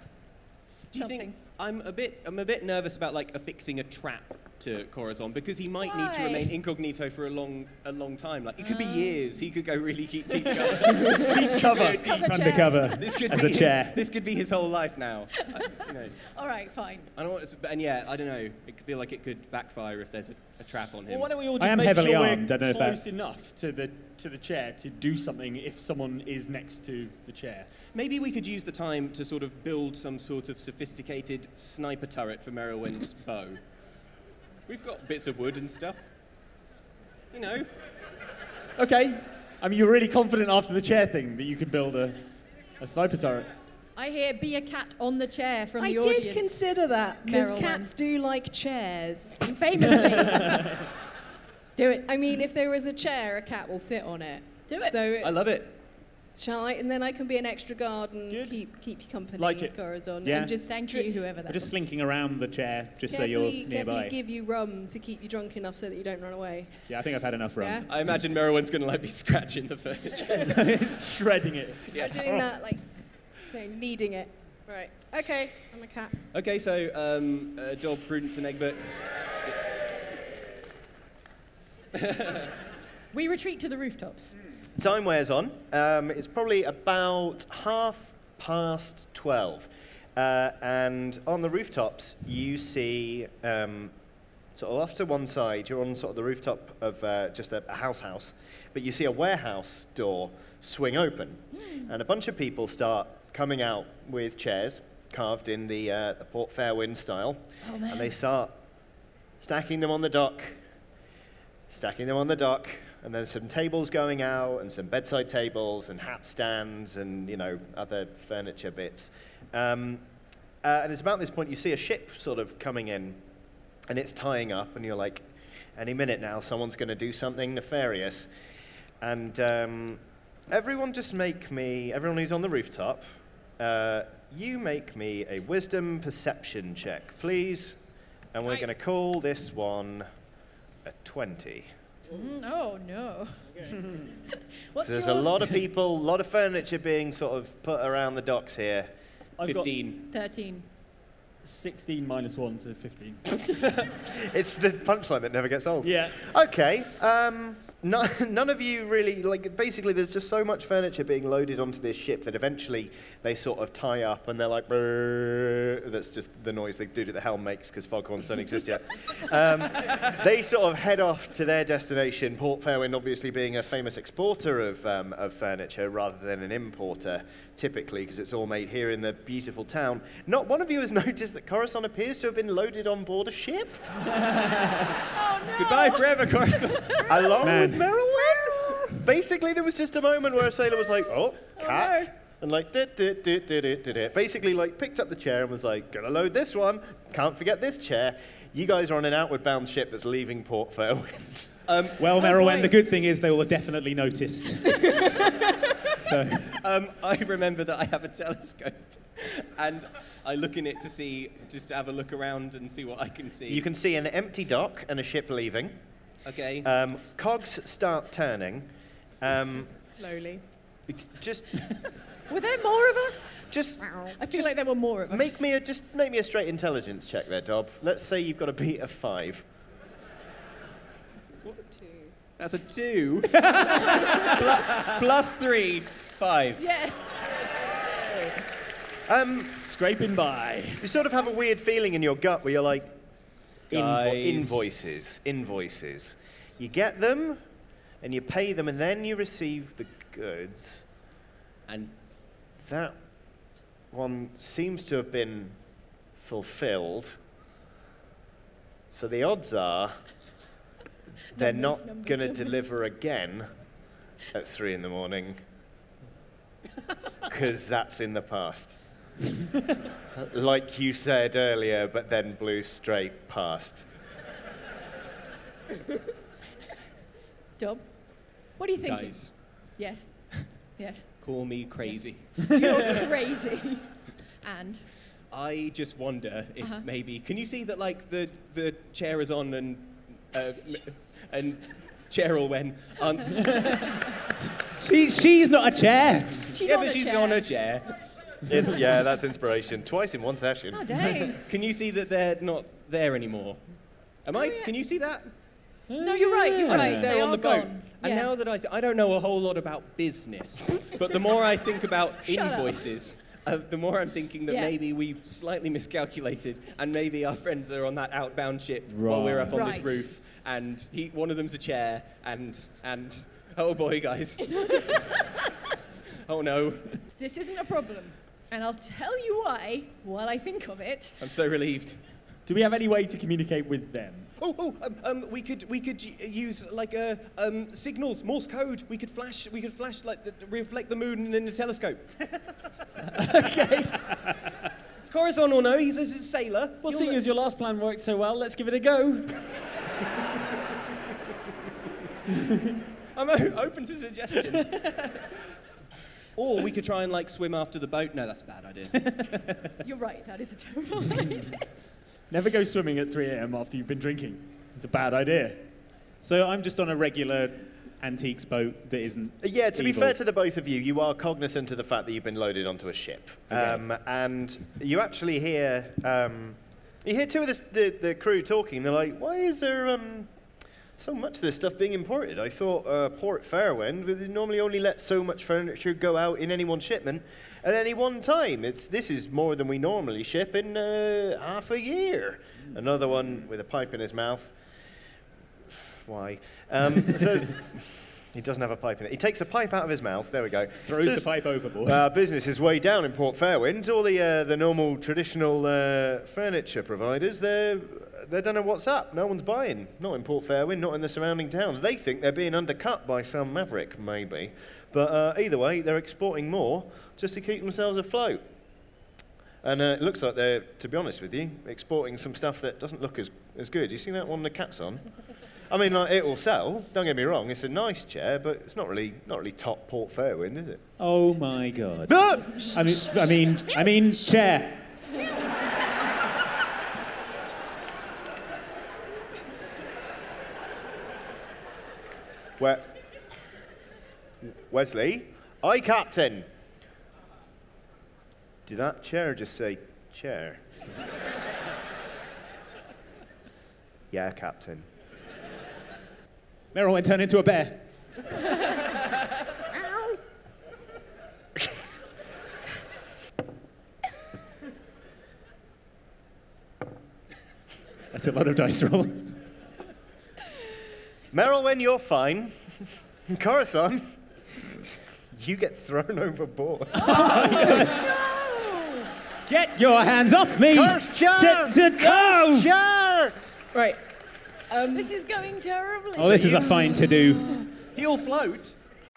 Do you think
Something.
I'm a bit I'm a bit nervous about like affixing a trap to Corazon because he might need to
Why?
remain incognito for a long a long time. Like it could be years. He could go really deep, deep cover. deep cover.
Cover check.
Undercover.
This could
As
be
a chair.
His, this could be his whole life now. I, you know,
All right, fine.
I don't want to, but- and yeah, I don't know. It could feel like it could backfire if there's a, a trap on
Well,
him.
why don't we all
I
just
am
make
heavily
sure
armed,
we're
I don't know if that-
close enough to the to the chair to do something if someone is next to the chair.
Maybe we could use the time to sort of build some sort of sophisticated sniper turret for Merowyn's bow. We've got bits of wood and stuff. You know,
Okay. I mean, you're really confident after the chair thing that you can build a, a sniper turret.
I hear be a cat on the chair from
I
the audience.
did consider that because
Marilyn.
cats do like chairs.
Famously. Do it.
I mean, if there is a chair, a cat will sit on it.
Do it.
So
I love it.
shall I? And then I can be an extra guard and
Good.
keep keep you company,
Like it.
Corazon,
Yeah.
and just
Thank
dri-
you, whoever that
We're just
was.
slinking around the chair just so
Carefully,
you're
carefully
nearby.
give you rum to keep you drunk enough so that you don't run away.
Yeah, I think I've had enough rum.
Yeah,
I imagine Merowyn's going to like be scratching the furniture.
Shredding it.
You're doing that like thing, needing it. Right. Okay, I'm a cat.
okay, so um, uh, Dob, Prudence, and Egbert.
We retreat to the rooftops.
Time wears on. Um, it's probably about half past 12. Uh, and on the rooftops, you see, um, sort of off to one side, you're on sort of the rooftop of uh, just a, a house house, but you see a warehouse door swing open. And a bunch of people start coming out with chairs carved in the, uh, the Port Fairwind style. And they start stacking them on the dock stacking them on the dock, and then some tables going out, and some bedside tables, and hat stands, and you know other furniture bits. Um, uh, and it's about this point you see a ship sort of coming in, and it's tying up, and you're like, any minute now someone's going to do something nefarious, and um, Everyone just make me, everyone who's on the rooftop, uh, you make me a wisdom perception check, please. And we're going to call this one a 20.
Mm, oh no. What's
so there's
your
a lot of people, a lot of furniture being sort of put around the docks here.
I've got- 15.
13.
16 minus 1, so 15.
it's the punchline that never gets old.
Yeah.
Okay. Um, no, none of you really like. Basically, there's just so much furniture being loaded onto this ship that eventually they sort of tie up, and they're like, "Brrr." that's just the noise the dude at the helm makes because foghorns don't exist yet. Um, they sort of head off to their destination. Port Fairwind, obviously being a famous exporter of um, of furniture rather than an importer, typically because it's all made here in the beautiful town. Not one of you has noticed that Coruscant appears to have been loaded on board a ship. Goodbye forever, Coruscant. Along
Man.
with Meryl Ware. Basically, there was just a moment where a sailor was like, oh, cat. And like, did, did, did, did, did, did, did. Basically, like, picked up the chair and was like, gonna load this one. Can't forget this chair. You guys are on an outward bound ship that's leaving Port Fairwind. Um,
Well, Merylwen, the good thing is they will have definitely noticed.
so um, I remember that I have a telescope, and I look in it to see, just to have a look around and see what I can see.
You can see an empty dock and a ship leaving.
Okay.
Um, cogs start turning. Um,
Slowly.
just
Were there more of us?
Just.
I feel like there were more of us.
Make me a just make me a straight intelligence check there, Dob. Let's say you've got a beat of five.
That's a two. Pl- plus three, five.
Yes.
Um,
Scraping by.
You sort of have a weird feeling in your gut where you're like, invo-
Guys.
invoices, invoices. You get them, and you pay them, and then you receive the goods.
And
that one seems to have been fulfilled. So the odds are they're
Numbers,
not
numbers,
going to
numbers.
deliver again at three in the morning because that's in the past. like you said earlier, but then blew straight past.
Dob, what do you think?
Guys.
Yes. Yes.
Call me crazy.
You're crazy. And
I just wonder if
Uh-huh.
maybe can you see that like the the chair is on and uh, m- and Cheryl when um,
she, she's not a chair.
yeah, but she's on a chair.
It's, yeah, that's inspiration. Twice in one session.
Oh, dang.
can you see that they're not there anymore? Am I? Can you see that?
no, Oh, you're right. You're
I
right.
think they're
They
on
are
the boat.
gone.
And
Yeah.
now that I, th- I don't know a whole lot about business, but the more I think about
Shut up.
invoices, uh, the more I'm thinking that
Yeah.
maybe we slightly miscalculated, and maybe our friends are on that outbound ship while we're up on this
Right.
roof, and he, one of them's a chair, and and oh boy, guys, oh no,
This isn't a problem. And I'll tell you why while I think of it.
I'm so relieved.
Do we have any way to communicate with them?
Oh, oh, um, um, we could we could y- use like uh, um, signals, Morse code. We could flash, we could flash like the, reflect the moon in a telescope. okay. Corazon or no, he's a, he's a sailor.
Well,
You'll
seeing
know-
as your last plan worked so well, let's give it a go.
I'm o- open to suggestions. or we could try and like swim after the boat. No, that's a bad idea.
You're right. That is a terrible idea.
Never go swimming at 3 a.m. after you've been drinking. It's a bad idea.
So I'm just on a regular antiques boat that isn't.
Uh, Yeah, to be
evil.
fair to the both of you, you are cognizant of the fact that you've been loaded onto a ship, um, and you actually hear um, you hear two of the, the, the crew talking. They're like, "Why is there um, so much of this stuff being imported? I thought uh, Port Fairwind would normally only let so much furniture go out in any one shipment at any one time. It's this is more than we normally ship in uh, half a year." Another one with a pipe in his mouth. Why? Um, so he doesn't have a pipe in it. He takes a pipe out of his mouth. There we go.
Throws
Just-
the pipe overboard.
uh, business is way down in Port Fairwind. All the uh, the normal traditional uh, furniture providers, they they don't know what's up. No one's buying. Not in Port Fairwind. Not in the surrounding towns. They think they're being undercut by some maverick, maybe. But uh, either way, they're exporting more just to keep themselves afloat. And uh, it looks like they're, to be honest with you, exporting some stuff that doesn't look as, as good. You see that one the cat's on? I mean, like, it will sell. Don't get me wrong. It's a nice chair, but it's not really, not really top Port Fairwind, is it?
Oh my god.
No!
I mean, I mean, I mean, chair.
Where? Wesley, I captain. Did that chair just say chair? yeah, captain.
Meryl went turned into a bear. That's a lot of dice rolls.
Merylwen, you're fine. Corazon, you get thrown overboard.
Get your hands off me!
Curse chair!
Sit- sit down!
Right.
this is going terribly.
Oh, this is a fine to do.
He'll float.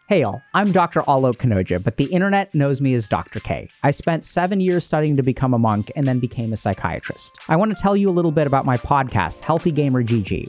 Hey y'all, I'm Dr. Alok Kanoja, but the internet knows me as Dr. K. I spent seven years studying to become a monk and then became a psychiatrist. I want to tell you a little bit about my podcast, Healthy Gamer GG.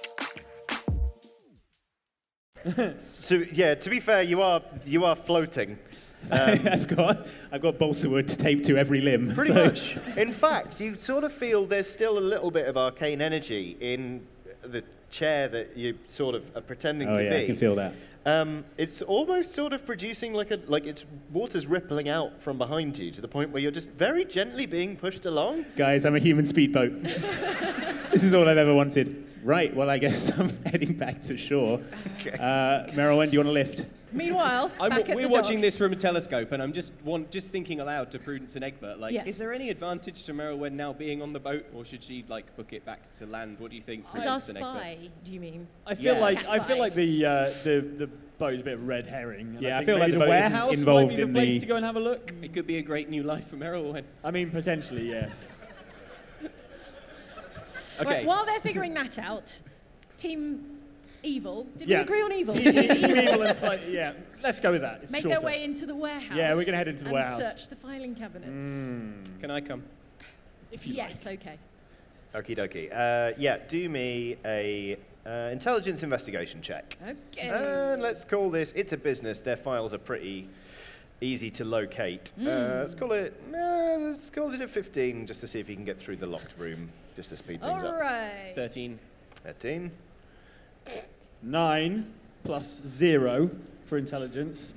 So yeah, to be fair, you are you are floating.
I've got I've got balsa wood taped to every limb.
Pretty
so-
much. In fact, you sort of feel there's still a little bit of arcane energy in the chair that you sort of are pretending
Oh
to
yeah,
be.
I can feel that.
Um, it's almost sort of producing like a like it's water's rippling out from behind you to the point where you're just very gently being pushed along.
Guys, I'm a human speedboat. this is all I've ever wanted. Right, well, I guess I'm heading back to shore. Uh, Merylwen, do you want a lift?
Meanwhile,
I'm,
back at
we're
the
watching
docks.
this from a telescope, and I'm just one, just thinking aloud to Prudence and Egbert. Like,
Yes.
is there any advantage to Merylwen now being on the boat, or should she like book it back to land? What do you think,
As our
Prudence and Egbert?
spy, do you mean?
I
feel
Yeah.
like-
Cat
I feel
spy.
like
the uh, the the boat is a bit of a red herring. and
Yeah, I
think
feel like
maybe
the
the
boat isn't
warehouse
involved
might be the
in
place
the-
to go and have a look.
It could be a great new life for Merylwen.
I mean, potentially, yes.
Right,
Okay.
while they're figuring that out, Team Evil. Did
Yeah.
we agree on evil?
Team, team evil and slightly, yeah. Let's go with that. It's
Make
shorter.
their way into the warehouse.
Yeah, we're gonna head into the
and
warehouse. Mm.
Search the filing cabinets.
Can I come?
If you yes, okay.
Okie dokie. Uh, yeah, do me a uh, intelligence investigation check.
Okay.
Uh,
And Uh, let's call this. It's a business. Their files are pretty easy to locate. Uh, let's call it. Uh, let's call it a 15, just to see if you can get through the locked room, just to speed things
All
up.
right.
13.
13.
Nine plus zero for intelligence.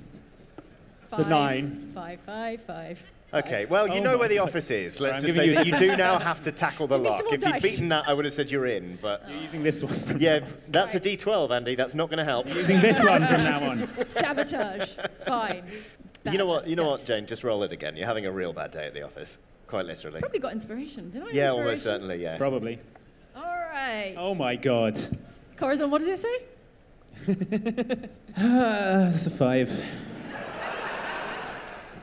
So
Five,
nine.
Five, five, five.
Okay, well, you
Oh
know
my
where the
God.
office is.
Right,
Let's
I'm
just say
giving
that
you-
you do now have to tackle the
Give me some
lock.
more
If you'd
dice.
beaten that, I would have said you're in, but. You're
using this one from
Yeah, that's a d12, Andy. That's not going to help.
Using this one from now on.
Sabotage. Fine.
You know what? You know what, Jane? Just roll it again. You're having a real bad day at the office, quite literally.
Probably got inspiration, didn't I?
Yeah,
inspiration?
almost certainly. Yeah.
Probably.
All right.
Oh my god.
Corazon, what did it say?
Uh, that's a five.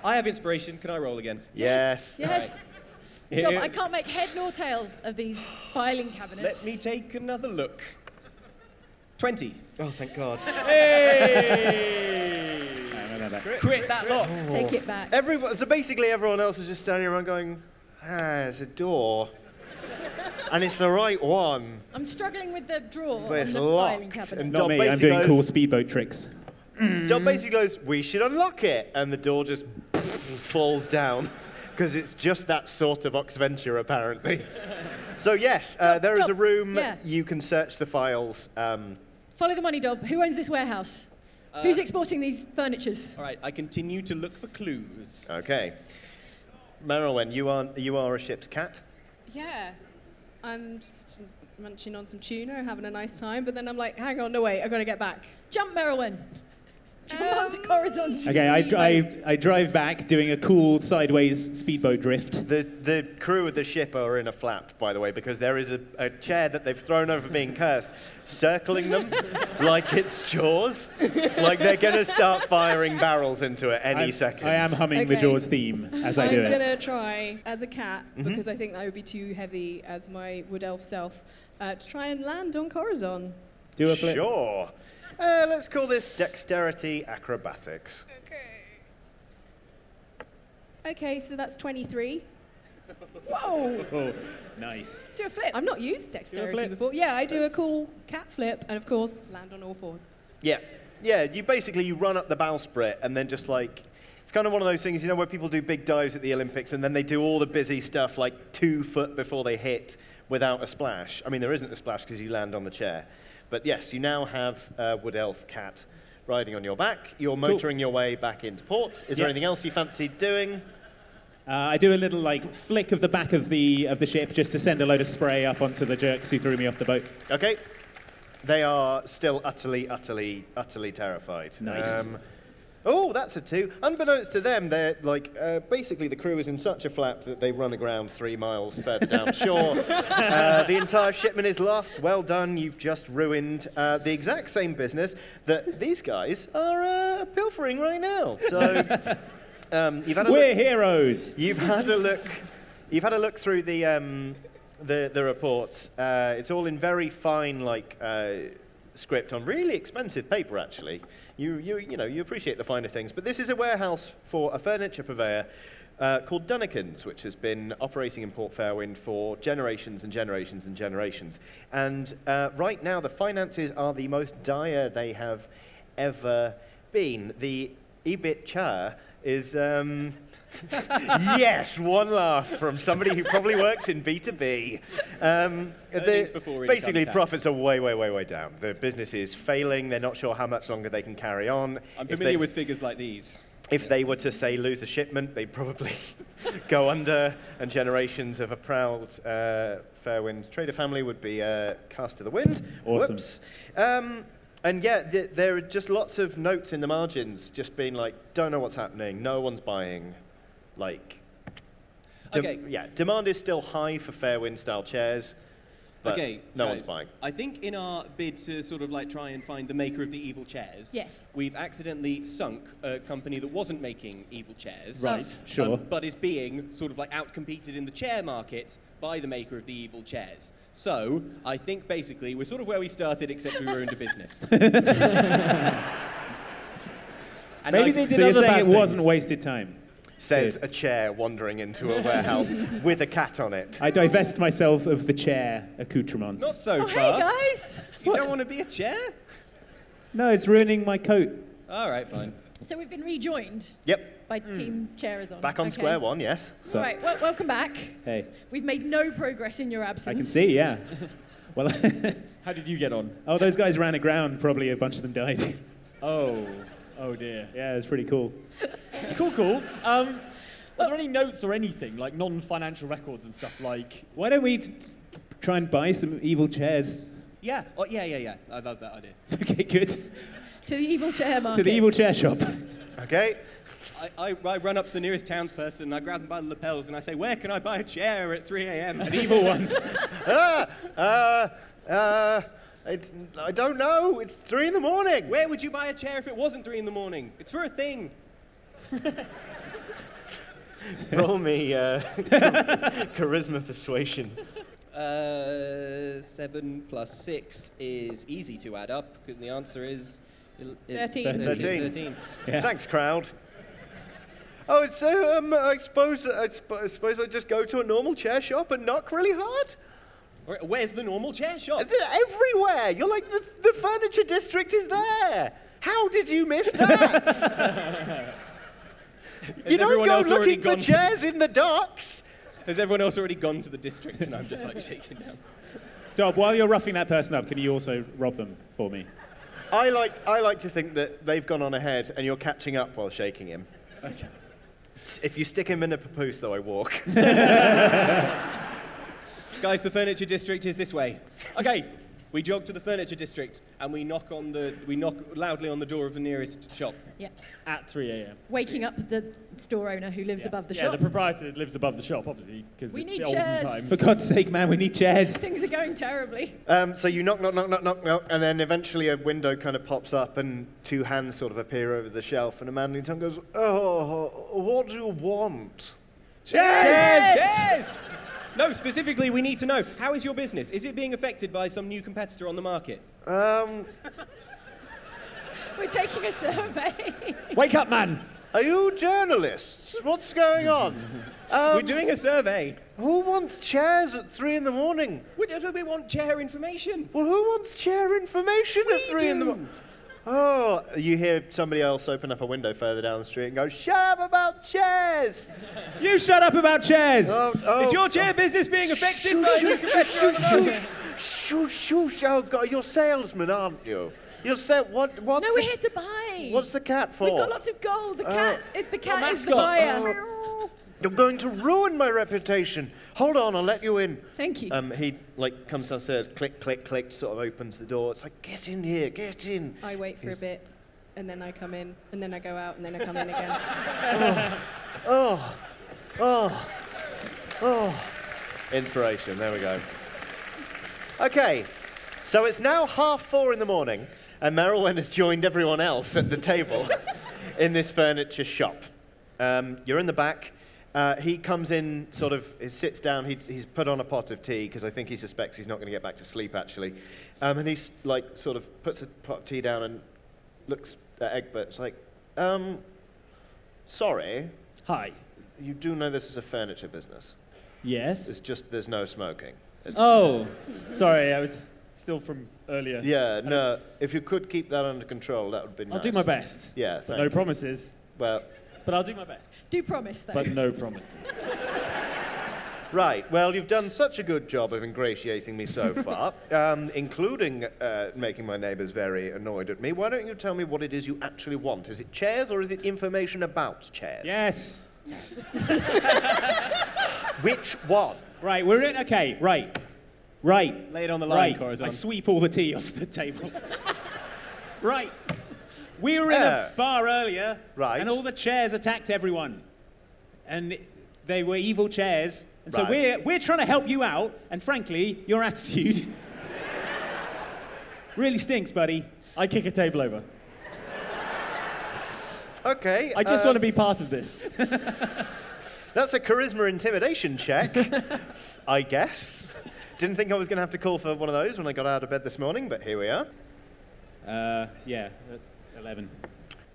I have inspiration. Can I roll again?
Yes.
Yes.
Right.
Job,
Here-
I can't make head nor tail of these filing cabinets.
Let me take another look. 20.
Oh, thank God.
Quit that lock.
oh.
take it back.
Everyone, so basically, everyone else is just standing around going, ah, it's a door. and it's the right one.
I'm struggling with the drawer
But it's
on the filing
locked.
cabinet.
And
Not
Dob
me, I'm
basically
doing cool
goes-
speedboat tricks.
Dob basically goes, we should unlock it. And the door just falls down. Because it's just that sort of Ox Venture, apparently. so, yes, uh, there is a
Dob,
room.
yeah.
You can search the files. Um,
Follow the money, Dob. Who owns this warehouse? Uh, Who's exporting these furnitures?
All right, I continue to look for clues.
okay. Merylwen, you are, you are a ship's cat.
Yeah. I'm just munching on some tuna, having a nice time, but then I'm like, hang on, no wait, I've got to get back.
Jump, Merowyn. Come on to Corazon. was on.
Okay, I,
speed boat.
I, I drive back doing a cool sideways speedboat drift.
The, the crew of the ship are in a flap, by the way, because there is a, a chair that they've thrown over being cursed, circling them like it's Jaws. Like they're going to start firing barrels into it any
I'm-
second.
I am humming the
Okay.
Jaws theme as I
am
do it. Mm-hmm.
gonna try as a cat
Mhm.
because I think that would be too heavy as my wood elf self uh, to try and land on Corazon.
Do a flip.
Sure. Uh, let's call this dexterity acrobatics.
Okay, so that's 23. Whoa!
Oh, nice.
Do a flip. I've not used dexterity
flip.
before. Yeah, I do a cool cat flip and of course land on all fours.
Yeah, yeah. You basically you run up the bowsprit and then just like it's kind of one of those things you know where people do big dives at the Olympics and then they do all the busy stuff like two foot before they hit without a splash. I mean there isn't a splash because you land on the chair, but yes, you now have uh, wood elf cat riding on your back. You're motoring your way back into port. Is there
Yeah.
anything else you fancy doing?
Uh, I do a little like flick of the back of the of the ship just to send a load of spray up onto the jerks who threw me off the boat.
Okay. They are still utterly, utterly, utterly terrified. Um,
Nice.
oh, that's a two. Unbeknownst to them, they're like uh, basically the crew is in such a flap that they run aground three miles further down shore. uh, the entire shipment is lost. Well done, you've just ruined uh, the exact same business that these guys are uh, pilfering right now. So um, you've had a
We're
look-
heroes.
You've had a look. You've had a look through the um, the, the reports. Uh, it's all in very fine like uh, script on really expensive paper. Actually, you you you know you appreciate the finer things. But this is a warehouse for a furniture purveyor. Uh, called Dunnekins, which has been operating in Port Fairwind for generations and generations and generations. And uh, right now, the finances are the most dire they have ever been. The EBITDA is um, yes, one laugh from somebody who probably works in B2B. Um,
Earnings
the-
before income
basically,
tax.
profits are way, way, way, way down. The business is failing. They're not sure how much longer they can carry on.
I'm
If they-
familiar with figures like these.
If they were to say lose a shipment, they'd probably go under, and generations of a proud uh, Fairwind trader family would be uh, cast to the wind.
Awesome.
Whoops. Um, and yeah, th- there are just lots of notes in the margins, just being like, don't know what's happening, no one's buying, like. dem-
Okay.
Yeah, demand is still high for Fairwind style chairs, but
okay,
no
guys,
one's buying.
I think in our bid to sort of like try and find the maker of the evil chairs,
Yes.
we've accidentally sunk a company that wasn't making evil chairs, Um,
Right, Oh. sure.
but is being sort of like outcompeted in the chair market by the maker of the evil chairs. So I think basically we're sort of where we started, except we ruined a business. And
Maybe
I-
they did
so you're
other
saying
bad
it
things.
wasn't
wasted time.
Says a chair wandering into a warehouse with a cat on it.
I divest myself of the chair accoutrements.
Not so
Oh, hey,
fast. You don't want to be a chair?
No, it's ruining my coat.
All right, fine.
So we've been rejoined
Yep,
by Team Cherizon.
back on
Okay.
square one, yes.
So,
Right, well, welcome back.
hey,
We've made no progress in your absence.
I can see, yeah. Well,
How did you get on?
oh, those guys ran aground. Probably a bunch of them died.
Oh, oh dear.
yeah, it was pretty cool.
Cool, cool. Um, are there any notes or anything like non-financial records and stuff like?
Why don't we t- try and buy some evil chairs?
Yeah, oh, yeah, yeah, yeah. I love that idea.
okay, good.
To the evil chair market.
To the evil chair shop.
Okay,
I, I, I run up to the nearest townsperson and I grab them by the lapels and I say, Where can I buy a chair at 3 a.m.?
An evil one.
ah, uh, uh, it's, I don't know. It's three in the morning.
Where would you buy a chair if it wasn't 3 in the morning? It's for a thing.
Roll me uh, charisma persuasion.
Uh, 7 plus 6 is easy to add up because the answer is. el- el-
Thirteen.
Thirteen.
13.
Thanks, crowd. Oh, it's so. Um, I suppose. I, sp- I suppose I just go to a normal chair shop and knock really hard.
All right, Where's the normal chair shop?
They're everywhere. You're like the, the furniture district is there. How did you miss that? you don't
everyone
go
else already
looking for
gone to-
chairs in the docks.
Has everyone else already gone to the district and I'm just like shaking down?
Dob, while you're roughing that person up, can you also rob them for me?
I like, I like to think that they've gone on ahead and you're catching up while shaking him. If you stick him in a papoose, though, I walk.
Guys, the furniture district is this way.
Okay,
We jog to the furniture district and we knock on the we knock loudly on the door of the nearest shop.
Yeah.
At 3 a.m.
Waking up the store owner who lives above the
yeah,
shop.
the proprietor lives above the shop, obviously, because
We
it's
need
the olden
chairs.
times.
For God's sake, man, we need chairs.
Things are going terribly.
Um, so you knock, knock, knock, knock, knock, knock, and then eventually a window kind of pops up, and two hands sort of appear over the shelf, and a man in tongue goes, "Oh, what do you want?"
Yes! Yes! No, specifically, we need to know how is your business? Is it being affected by some new competitor on the market?
Um.
We're taking a survey.
Wake up, man!
Are you journalists? What's going on? Um,
We're doing a survey.
Who wants chairs at three in the morning?
We, don't- we want chair information.
Well, who wants chair information at three in the morning? Oh, you hear somebody else open up a window further down the street and go, "Shut up about chairs!"
You shut up about chairs.
Oh, oh,
is your chair
oh.
business being affected
Shoo,
by
shoo,
new competitor on the
shoo,
market?
shoo, shoo, shoo. Oh God, you're salesman, aren't you? You're sa- what? What's
No, we're
the-
here to buy.
What's the cat for?
We've got lots of gold. The
Oh.
cat, it, the cat is the
mascot.
buyer.
"Oh, You're going to ruin my reputation. Hold on, I'll let you in.
Thank you.
Um, he like comes downstairs, click, click, click, sort of opens the door. It's like, get in here, get in.
I wait for a
He's-
bit, and then I come in, and then I go out, and then I come in again.
Oh, oh, oh. Inspiration. There we go. Okay, so it's now half four in the morning, and Merylwen has joined everyone else at the table in this furniture shop. Um, you're in the back. Uh, he comes in, sort of he sits down. He's, he's put on a pot of tea because I think he suspects he's not going to get back to sleep actually. Um, and he's like, sort of puts a pot of tea down and looks at Egbert's like, um, sorry,
Hi.
you do know this is a furniture business.
Yes.
It's just there's no smoking. It's-
Oh, sorry, I was still from earlier.
Yeah, no. If you could keep that under control, that would be nice.
I'll do my best.
Yeah,
But
thank
no
you.
promises.
Well,
But I'll do my best.
Do promise though.
But no promises.
right. Well, you've done such a good job of ingratiating me so far, um, including uh, making my neighbours very annoyed at me. Why don't you tell me what it is you actually want? Is it chairs or is it information about chairs?
Yes.
Which one?
Right, we're in. Okay, right. Right.
Lay it on the line,
Right.
Corazon.
I sweep all the tea off the table. right. We were in
Yeah.
a bar earlier.
Right.
And all the chairs attacked everyone. And they were evil chairs. And so
Right.
we're, we're trying to help you out. And frankly, your attitude really stinks, buddy.
I kick a table over.
Okay.
I just
uh,
want to be part of this.
That's a charisma intimidation check, I guess. Didn't think I was going to have to call for one of those when I got out of bed this morning, but here we are.
Uh, yeah, at 11.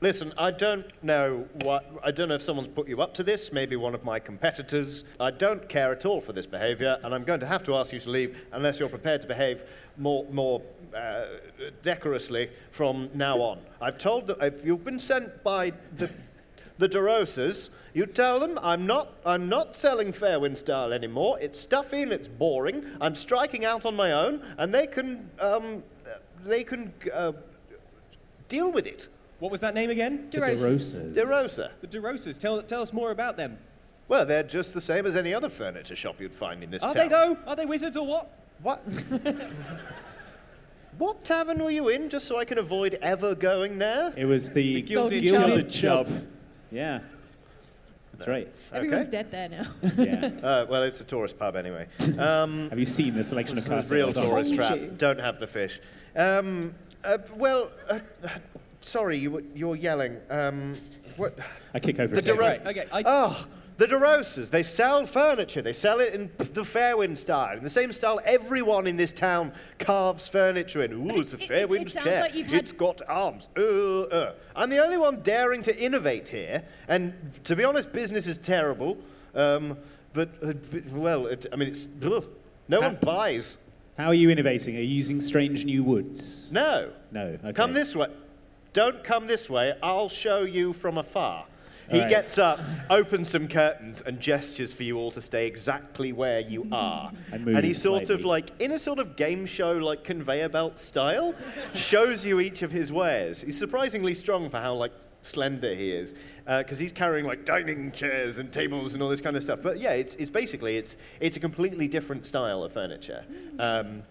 Listen, I don't know what. I don't know if someone's put you up to this, maybe one of my competitors. I don't care at all for this behaviour, and I'm going to have to ask you to leave unless you're prepared to behave more, more uh, decorously from now on. I've told that if you've been sent by the. The DeRosas, you tell them I'm not, I'm not selling Fairwind style anymore. It's stuffy and it's boring. I'm striking out on my own, and they can, um, they can uh, deal with it.
What was that name again?
DeRosa.
The DeRosas. Tell, tell us more about them.
Well, they're just the same as any other furniture shop you'd find in this
Are
town.
they though? Are they wizards or what?
What? what tavern were you in, just so I can avoid ever going there?
It was the,
Gilded
Gilded Chub. Yeah. That's right.
Everyone's dead there now.
Yeah.
Uh, well, it's a tourist pub anyway. Um,
Have you seen the selection of
it's
cast
real
idols?
tourist
Told
trap.
you.
Don't have the fish. Um, uh, well, uh, uh, sorry, you, were- you're yelling. Um, what?
I kick over
The
a table.
direct-
Okay, I,
Oh, the DeRosas. They sell furniture. They sell it in the Fairwind style, in the same style everyone in this town carves furniture in. Ooh,
it-
it's a
it- it-
Fairwind
it sounds
chair.
like you've had-
It's got arms. Uh, uh. I'm the only one daring to innovate here, and to be honest, business is terrible. Um, but uh, b- well, it, I mean, it's ugh. no
Huh?
one buys.
How are you innovating? Are you using strange new woods?
No.
No. Okay.
Come this way. Don't come this way. I'll show you from afar. He
Alright.
gets up, opens some curtains, and gestures for you all to stay exactly where you are.
I moved
and he sort of
slightly.
like, in a sort of game show, like conveyor belt style, shows you each of his wares. He's surprisingly strong for how like slender he is, because he's carrying like dining chairs and tables and all this kind of stuff. But yeah, it's, it's basically it's it's a completely different style of furniture. Um,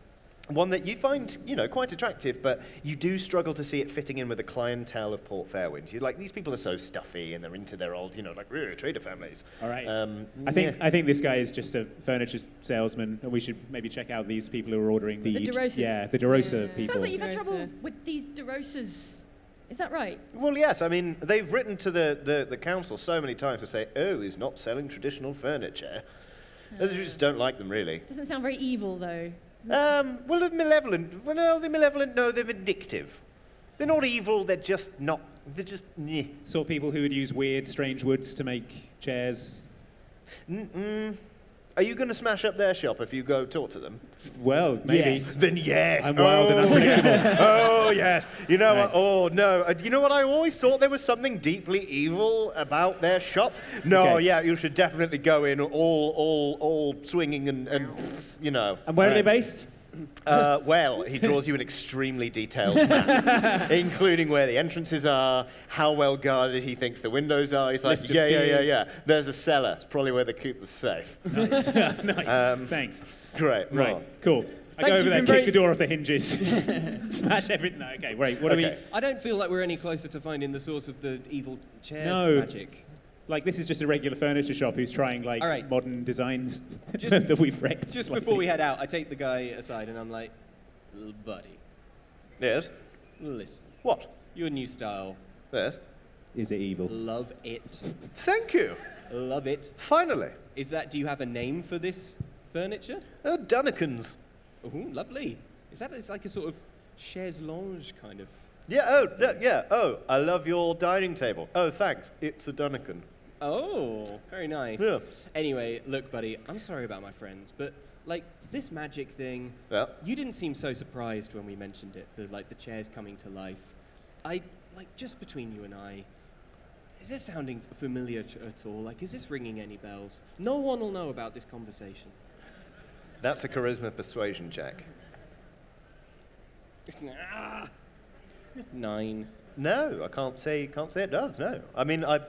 one that you find, you know, quite attractive, but you do struggle to see it fitting in with the clientele of Port Fairwind. You're like, these people are so stuffy and they're into their old, you know, like "Ugh, trader families.
All right.
Um,
I think
yeah.
I think this guy is just a furniture salesman, and we should maybe check out these people who are ordering the,
The DeRosas.
yeah the DeRosa people.
Sounds like you've had
Derosa.
trouble with these DeRosas. Is that right?
Well, yes. I mean, they've written to the, the, the council so many times to say, oh, he's not selling traditional furniture. They just don't like them, really.
Doesn't sound very evil, though.
Um, well, they're malevolent. Well, no, they're malevolent. No, they're vindictive. They're not evil. They're just not. They're just. Meh.
Sort of people who would use weird, strange woods to make chairs.
Mm-mm. Are you going to smash up their shop if you go talk to them?
Well, maybe.
Yes. Then yes.
I'm wild
oh,
and unpredictable.
yes. oh yes. You know what? Oh no. Uh, you know what? I always thought there was something deeply evil about their shop. No.
Okay.
Yeah. You should definitely go in all, all, all swinging and, and you know.
And where are they based?
Uh, well, he draws you an extremely detailed map, including where the entrances are, how well guarded he thinks the windows are. He's like,
List of
yeah, yeah, yeah,
fears.
yeah. There's a cellar. It's probably where they keep the safe.
nice. nice.
Um,
Thanks.
Great.
Right.
Mark.
Cool. I
Thanks,
go over
you've
there,
been
kick
very-
the door off the hinges, smash everything. No, okay, wait. What are we?
I don't feel like we're any closer to finding the source of the evil chair
No.
magic.
Like this is just a regular furniture shop who's trying like
All right.
modern designs
Just-
that we've wrecked.
Just
slightly.
before we head out, I take the guy aside and I'm like, "Little buddy,
Yes.
listen.
What?
Your new style.
Yes.
Is it evil?
Love it.
Thank you.
Love it.
Finally.
Is that? Do you have a name for this furniture?
Uh, Dunnekins.
Ooh, lovely. Is that? It's like a sort of chaise longue kind of.
Yeah. Oh. no, yeah. Oh. I love your dining table. Oh, thanks. It's a Dunnikin.
Oh, very nice.
Yeah.
Anyway, look, buddy. I'm sorry about my friends, but like this magic thing.
Yeah.
You didn't seem so surprised when we mentioned it, the like the chairs coming to life. I like just between you and I. Is this sounding familiar to, at all? Like, is this ringing any bells? No one will know about this conversation.
That's a charisma persuasion check.
Ah. Nine.
No, I can't say can't say it does. No, I mean, I,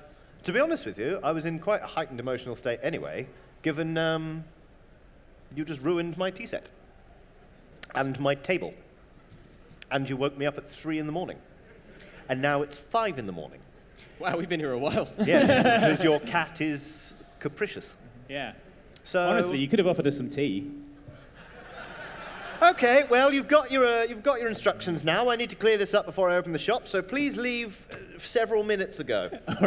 to be honest with you, I was in quite a heightened emotional state anyway. Given um, you just ruined my tea set and my table, and you woke me up at three in the morning, and now it's five in the morning.
Wow, we've been here a while.
Yes, because your cat is capricious.
Yeah.
So
Honestly, you could have offered us some tea.
Okay, well, you've got your uh, you've got your instructions now. I need to clear this up before I open the shop, so please leave uh, several minutes ago.
All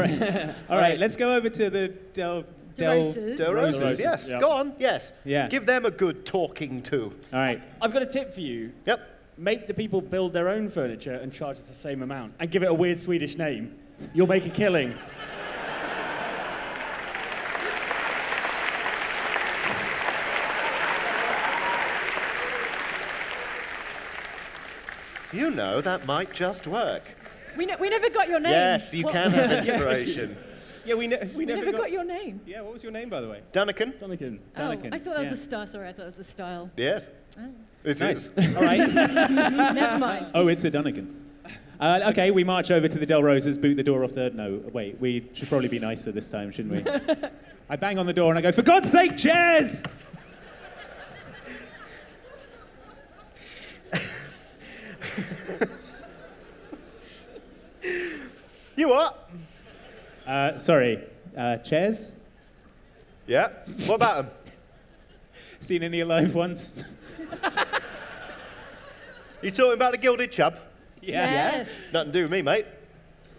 right, let's go over to the Del. Del
DeRosas.
Dorosas, yes.
yeah.
Go on, yes.
Yeah.
Give them a good talking to.
All right.
I've got a tip for you.
Yep.
Make the people build their own furniture and charge us the same amount, and give it a weird Swedish name. You'll make a killing.
You know, that might just work.
We, ne- we never got your name.
Yes, you
What-
can have inspiration.
Yeah, we, ne- we,
We
never, got,
your name.
Yeah, what was your name, by the way?
Dunnikin?
Dunnigan.
Oh, I thought that was
yeah.
the style. Sorry, I thought that was the style.
Yes.
Oh.
It is.
All right.
never mind.
Oh, it's a Dunnigan. Uh, okay, we march over to the Del Rosas, boot the door off the. No, wait, we should probably be nicer this time, shouldn't we? I bang on the door and I go, for God's sake, chairs!
You what?
Uh, sorry, uh, chairs?
Yeah. What about them?
Seen any alive ones?
You talking about the Gilded Chub?
Yes.
Nothing to do with me, mate.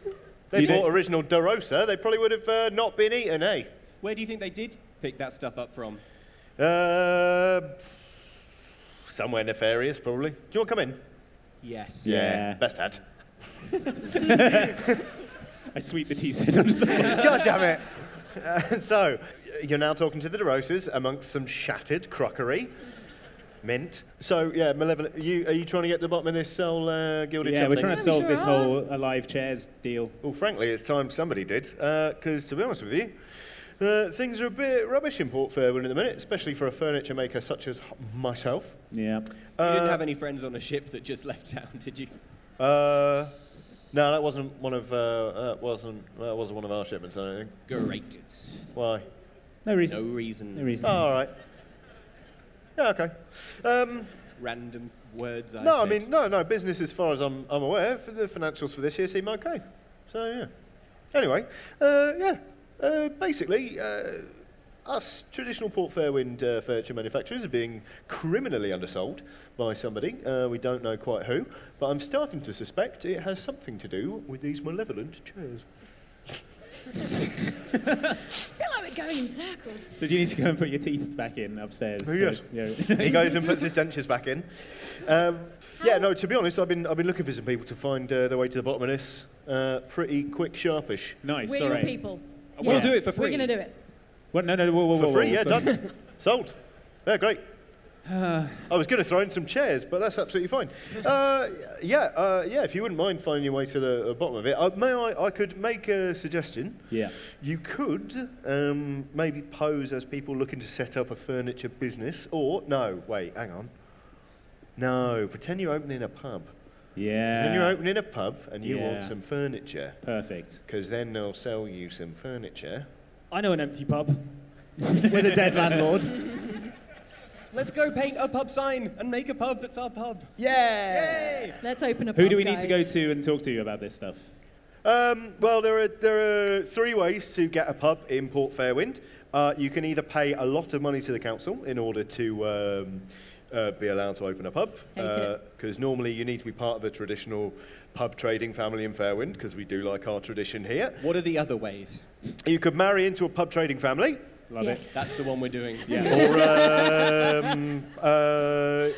Do
They
you know-
bought original Dorosa, they probably would have uh, not been eaten, eh?
Where do you think they did pick that stuff up from?
Uh, somewhere nefarious, probably. Do you want to come in?
Yes.
Yeah.
Best had.
I sweep the tea set under the.
God damn it. Uh, so, you're now talking to the DeRosas amongst some shattered crockery. Mint. So, yeah, Malevolent, you, are you trying to get to the bottom of this sole uh, gilded
Yeah,
chub
we're
thing?
trying to
Yeah, we
solve
sure
this
are.
whole alive chairs deal.
Well, frankly, it's time somebody did, because to be honest with you, uh, things are a bit rubbish in Port Fairwood at the minute, especially for a furniture maker such as myself.
Yeah.
You
Uh,
didn't have any friends on a ship that just left town, did you?
Uh, no, that wasn't one of uh, uh, wasn't that wasn't one of our shipments. I don't think.
Great.
Why?
No reason.
No reason.
No reason.
Oh, all right. Yeah, okay. Um,
Random words I
no, I
said.
mean, no, no. Business, as far as I'm, I'm aware, for the financials for this year seem okay. So, yeah. Anyway, uh, yeah. Uh, basically, uh, us traditional Port Fairwind uh, furniture manufacturers are being criminally undersold by somebody. Uh, we don't know quite who, but I'm starting to suspect it has something to do with these malevolent chairs.
I feel like we're going in circles.
So do you need to go and put your teeth back in upstairs?
Oh, yes.
Yeah.
he goes and puts his dentures back in. Um, yeah, no. To be honest, I've been I've been looking for some people to find uh, their way to the bottom of this. Uh, pretty quick, sharpish.
Nice. Uh,
we're your people.
We'll do it for
We're
free.
going to do it.
What? No, no, whoa, whoa,
for
whoa,
free.
whoa.
Yeah, done. Sold. Yeah, great. I was going to throw in some chairs, but that's absolutely fine. Uh, yeah, uh, yeah. If you wouldn't mind finding your way to the uh, bottom of it, uh, may I? I could make a suggestion.
Yeah.
You could um, maybe pose as people looking to set up a furniture business, or no, wait, hang on. No, pretend you're opening a pub.
Yeah.
Pretend you're opening a pub and you
Yeah.
want some furniture.
Perfect.
Because then they'll sell you some furniture.
I know an empty pub with a dead landlord.
Let's go paint a pub sign and make a pub that's our pub.
Yeah.
Let's open a
Who
pub,
do we need to go
guys.
to and talk to you about this stuff?
Um, well, there are, there are three ways to get a pub in Port Fairwind. Uh, you can either pay a lot of money to the council in order to um, uh, be allowed to open a pub.
Hate
Because normally you need to be part of a traditional pub trading family in Fairwind, because we do like our tradition here.
What are the other ways?
You could marry into a pub trading family.
Love
Yes.
That's the one we're doing.
Or um, uh,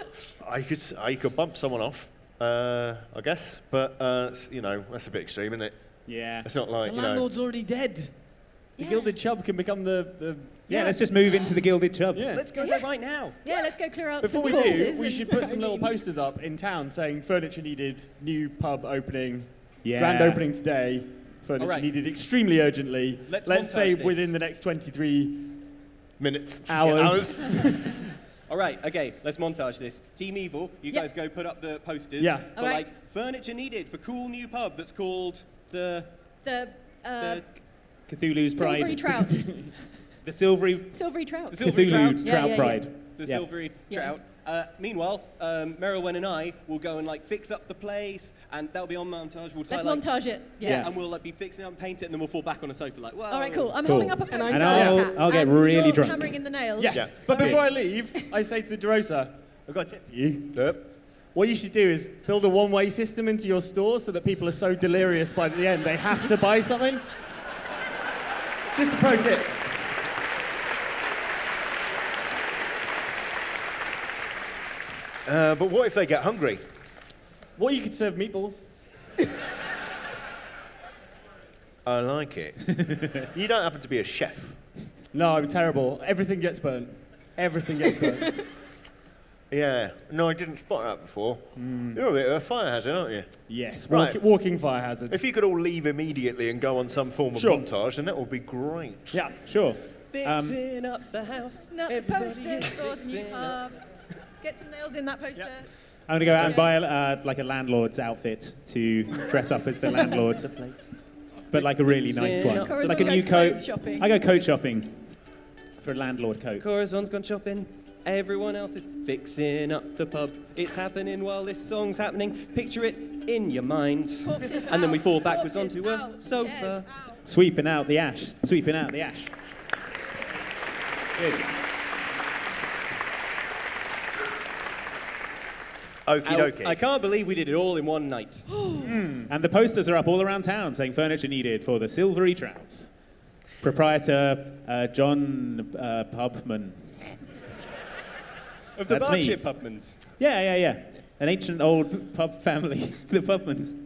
I could s- I could bump someone off, uh, I guess. But uh, s- you know that's a bit extreme, isn't it?
it. Yeah.
It's not like
The
you know.
landlord's already dead. The
Yeah.
gilded chub can become the. the
Yeah, let's just move into the Gilded Chub.
yeah.
Let's go there right now.
Yeah, let's go clear out
Before
some
we do,
corpses
we
and-
should put some little posters up in town saying furniture needed, new pub opening,
Yeah.
grand opening today, furniture
Alright.
needed extremely urgently.
Let's
say
montage this.
within the next 23
Minutes.
hours.
All right, okay, let's montage this. Team Evil, you
Yep.
guys go put up the posters
Yeah.
for
All right.
like furniture needed for cool new pub that's called the
the uh,
the,
Cthulhu's
silvery
Pride.
trout.
the Silvery
silvery trout.
the silvery
Cthulhu
trout.
Trout,
Yeah, yeah, yeah.
Pride.
The
Yeah.
silvery
Yeah.
trout. Uh, meanwhile, um, Merylwen and I will go and like fix up the place, and that'll be on montage. We'll tie,
Let's
like,
montage it. Yeah.
Yeah, and we'll like be fixing up, and paint it, and then we'll fall back on a sofa like. Whoa.
All right, cool. I'm
Cool.
holding up a poster.
And I'm
of
I'll-
a cat,
I'll get
and
really
you're
drunk.
hammering in the nails.
Yes.
Yeah.
But
All
before
right.
I leave, I say to the DeRosa, I've got a tip for you.
Yep.
What you should do is build a one way system into your store so that people are so delirious by the end they have to buy something. Just a pro tip.
Uh, but what if they get hungry?
What you could serve meatballs.
I like it. you don't happen to be a chef.
No, I'm terrible. Everything gets burnt. Everything gets burnt.
Yeah. No, I didn't spot that before. You're a bit of a fire hazard, aren't you?
yes, walk,
Right.
walking fire hazard.
If you could all leave immediately and go on some form of
Sure.
montage, then that would be great.
yeah, sure.
Fixing up the house.
No,
everybody
posters
is
for the new
fixing up.
pub. Get some nails in that poster.
I'm going to go out and buy uh, like a landlord's outfit to dress up as the landlord. But like a really nice one.
Corazon
Like a new
goes
coat.
clothes shopping.
I go coat shopping for a landlord coat.
Corazon's gone shopping. Everyone else is fixing up the pub. It's happening while this song's happening. Picture it in your minds.
Corpses
and then we
out.
fall backwards
Corpses
onto a
out.
sofa.
Chairs out.
Sweeping out the ash. Sweeping out the ash. Good.
Okie
Ow.
dokie.
I can't believe we did it all in one night.
And the posters are up all around town saying furniture needed for the Silvery Trouts. Proprietor uh, John uh, Pubman.
Of the
That's me.
Berkshire Pubmans.
Yeah, yeah, yeah. An ancient old pub family, the Pubmans.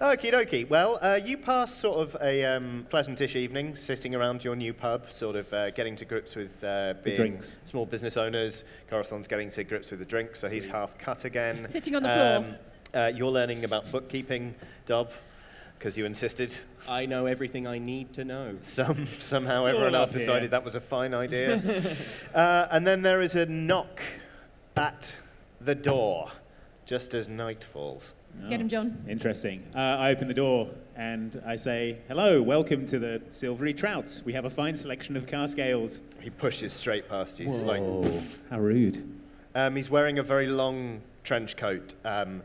Okie dokie. Well, uh, you passed sort of a um, pleasantish evening sitting around your new pub, sort of uh, getting to grips with uh, being
drinks.
small business owners. Corathon's getting to grips with the drinks, so he's half cut again.
Sitting on the floor.
uh, you're learning about bookkeeping, Dob, because you insisted.
I know everything I need to know.
Some, somehow
all
everyone
up
else decided
here.
that was a fine idea. uh, and then there is a knock at the door, just as night falls.
Get him, John.
Interesting. Uh, I open the door and I say, Hello, welcome to the Silvery Trouts. We have a fine selection of cask ales.
He pushes straight past you. Like,
How rude.
Um, he's wearing a very long trench coat. Um,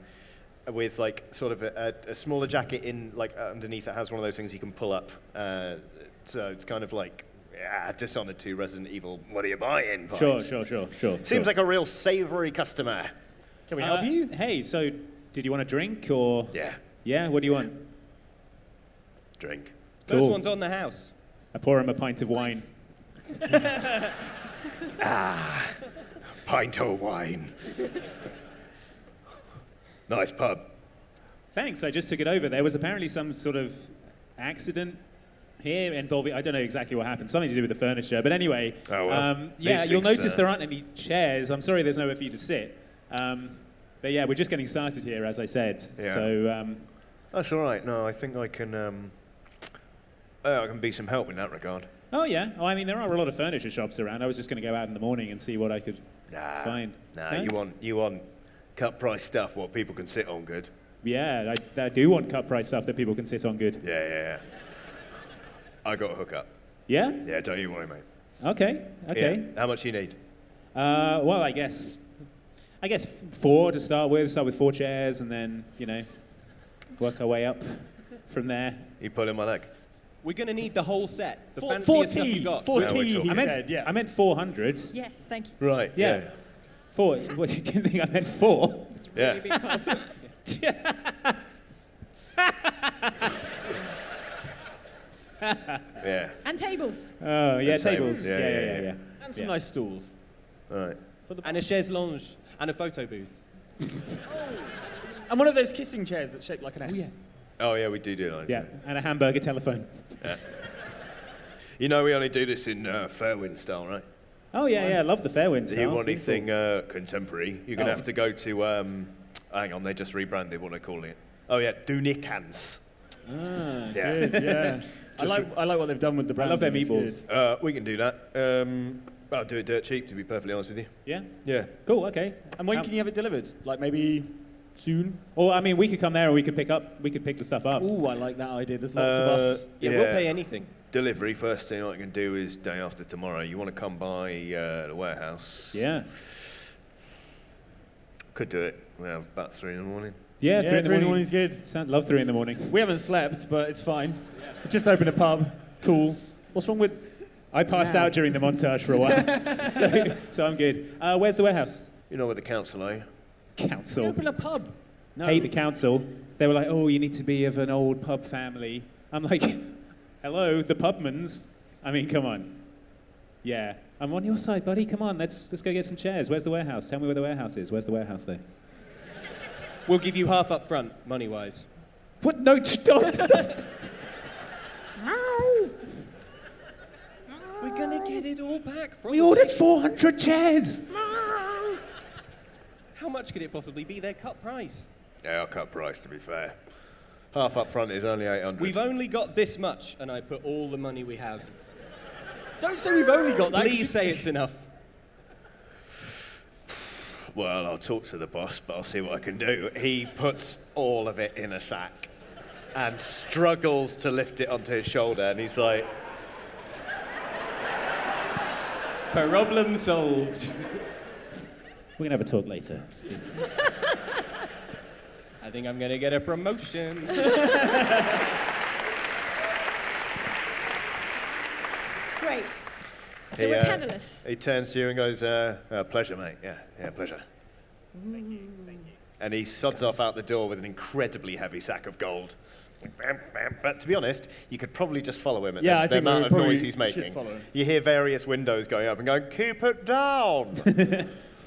with like sort of a, a, a smaller jacket in like uh, underneath it has one of those things you can pull up. Uh, so it's kind of like ah, Dishonored 2, Resident Evil. What are you buying? Vibes.
Sure, sure, sure, sure.
Seems like a real savoury customer.
Can we help you? Hey, so did you want a drink or?
Yeah.
Yeah. What do you want?
Drink.
First one's on the house.
I pour him a pint of wine.
ah, pint o' wine. nice pub.
Thanks. I just took it over. There was apparently some sort of accident here involving I don't know exactly what happened, something to do with the furniture. But anyway,
Oh, well.
um, yeah,
These
you'll
things,
notice
uh,
there aren't any chairs. I'm sorry, there's nowhere for you to sit. Um, but yeah, we're just getting started here, as I said.
Yeah.
So um,
That's all right. No, I think I can. Um, uh, I can be some help in that regard.
oh yeah, oh, I mean there are a lot of furniture shops around. I was just going to go out in the morning and see what I could
Nah.
find.
Nah,
No?
you want you want cut price stuff what people can sit on good.
Yeah, I, I do want cut price stuff that people can sit on good.
Yeah, yeah, yeah. I got a hookup.
Yeah?
Yeah, don't you worry, mate.
Okay. Okay.
Yeah. How much you need?
Uh, well, I guess. I guess f- four to start with. Start with four chairs, and then you know, work our way up from there.
You pull in my leg.
We're going to need the whole set. The
Four-
fanciest stuff you got.
Yeah, we're talking.
I meant, I meant 400.
Yes, thank you.
Right.
Yeah. Four. What, you didn't think I meant four?
Yeah. Yeah.
And tables.
Oh, yeah,
And
tables. Yeah, yeah, yeah. yeah,
And some
Yeah.
nice stools.
Right.
and a chaise longue. And a photo booth.
And one of those kissing chairs that's shaped like an S.
Oh yeah, we do do that.
Yeah, and a hamburger telephone.
You know we only do this in uh, Fairwind style, right?
Oh, yeah, yeah. I love the Fairwind
If you
style.
want anything uh, contemporary, you're gonna
Oh.
have to go to. Um, hang on, they just rebranded what they're calling it. Oh yeah, Dunicans.
Ah,
Yeah.
good, yeah. I,
Just-
like, I like what they've done with the
Oh, I
brand.
love their meatballs.
Uh, we can do that. Um, I'll do it dirt cheap, to be perfectly honest with you.
Yeah.
Yeah.
Cool. Okay.
And when
Um,
can you have it delivered? Like maybe soon?
Or I mean, we could come there and we could pick up. We could pick the stuff up.
Ooh, I like that idea. There's lots of
Uh,
us.
Yeah, we'll pay anything.
Delivery, first thing I can do is day after tomorrow. You want to come by uh, the warehouse?
Yeah.
Could do it. We have about three in the morning.
Yeah,
Yeah,
three in the
three in the
morning.
morning's good.
Sound- Love three in the morning.
We haven't slept, but it's fine. Just open a pub. Cool. What's wrong with?
I passed
Nah.
out during the montage for a while, so, so I'm good. Uh, where's the warehouse?
You know where the council are? eh?
Council.
a pub. No.
Hate the council. They were like, oh, you need to be of an old pub family. I'm like, hello, the pubmans. I mean, come on. Yeah, I'm on your side, buddy. Come on, let's let's go get some chairs. Where's the warehouse? Tell me where the warehouse is. Where's the warehouse though?
We'll give you half up front, money wise.
What? No, don't stop.
We're going to get it all back.
We ordered 400 chairs.
How much could it possibly be? Their cut price.
Yeah, I'll cut price, to be fair. Half up front is only 800.
We've only got this much, and I put all the money we have.
Don't say we've only got that.
Please say it's enough.
Well, I'll talk to the boss, but I'll see what I can do. He puts all of it in a sack and struggles to lift it onto his shoulder, and he's like,
Problem solved.
We're gonna have a talk later.
I think I'm going to get a promotion.
Great. So
He,
we're
uh,
panelists.
He turns to you and goes, uh, uh, pleasure, mate. Yeah, yeah, pleasure. And he sods off out the door with an incredibly heavy sack of gold. Bam, bam. But to be honest, you could probably just follow him at
Yeah, I
the, the
think we
amount of
probably
noise he's
should
making.
follow him.
You hear various windows going up and going, keep it down,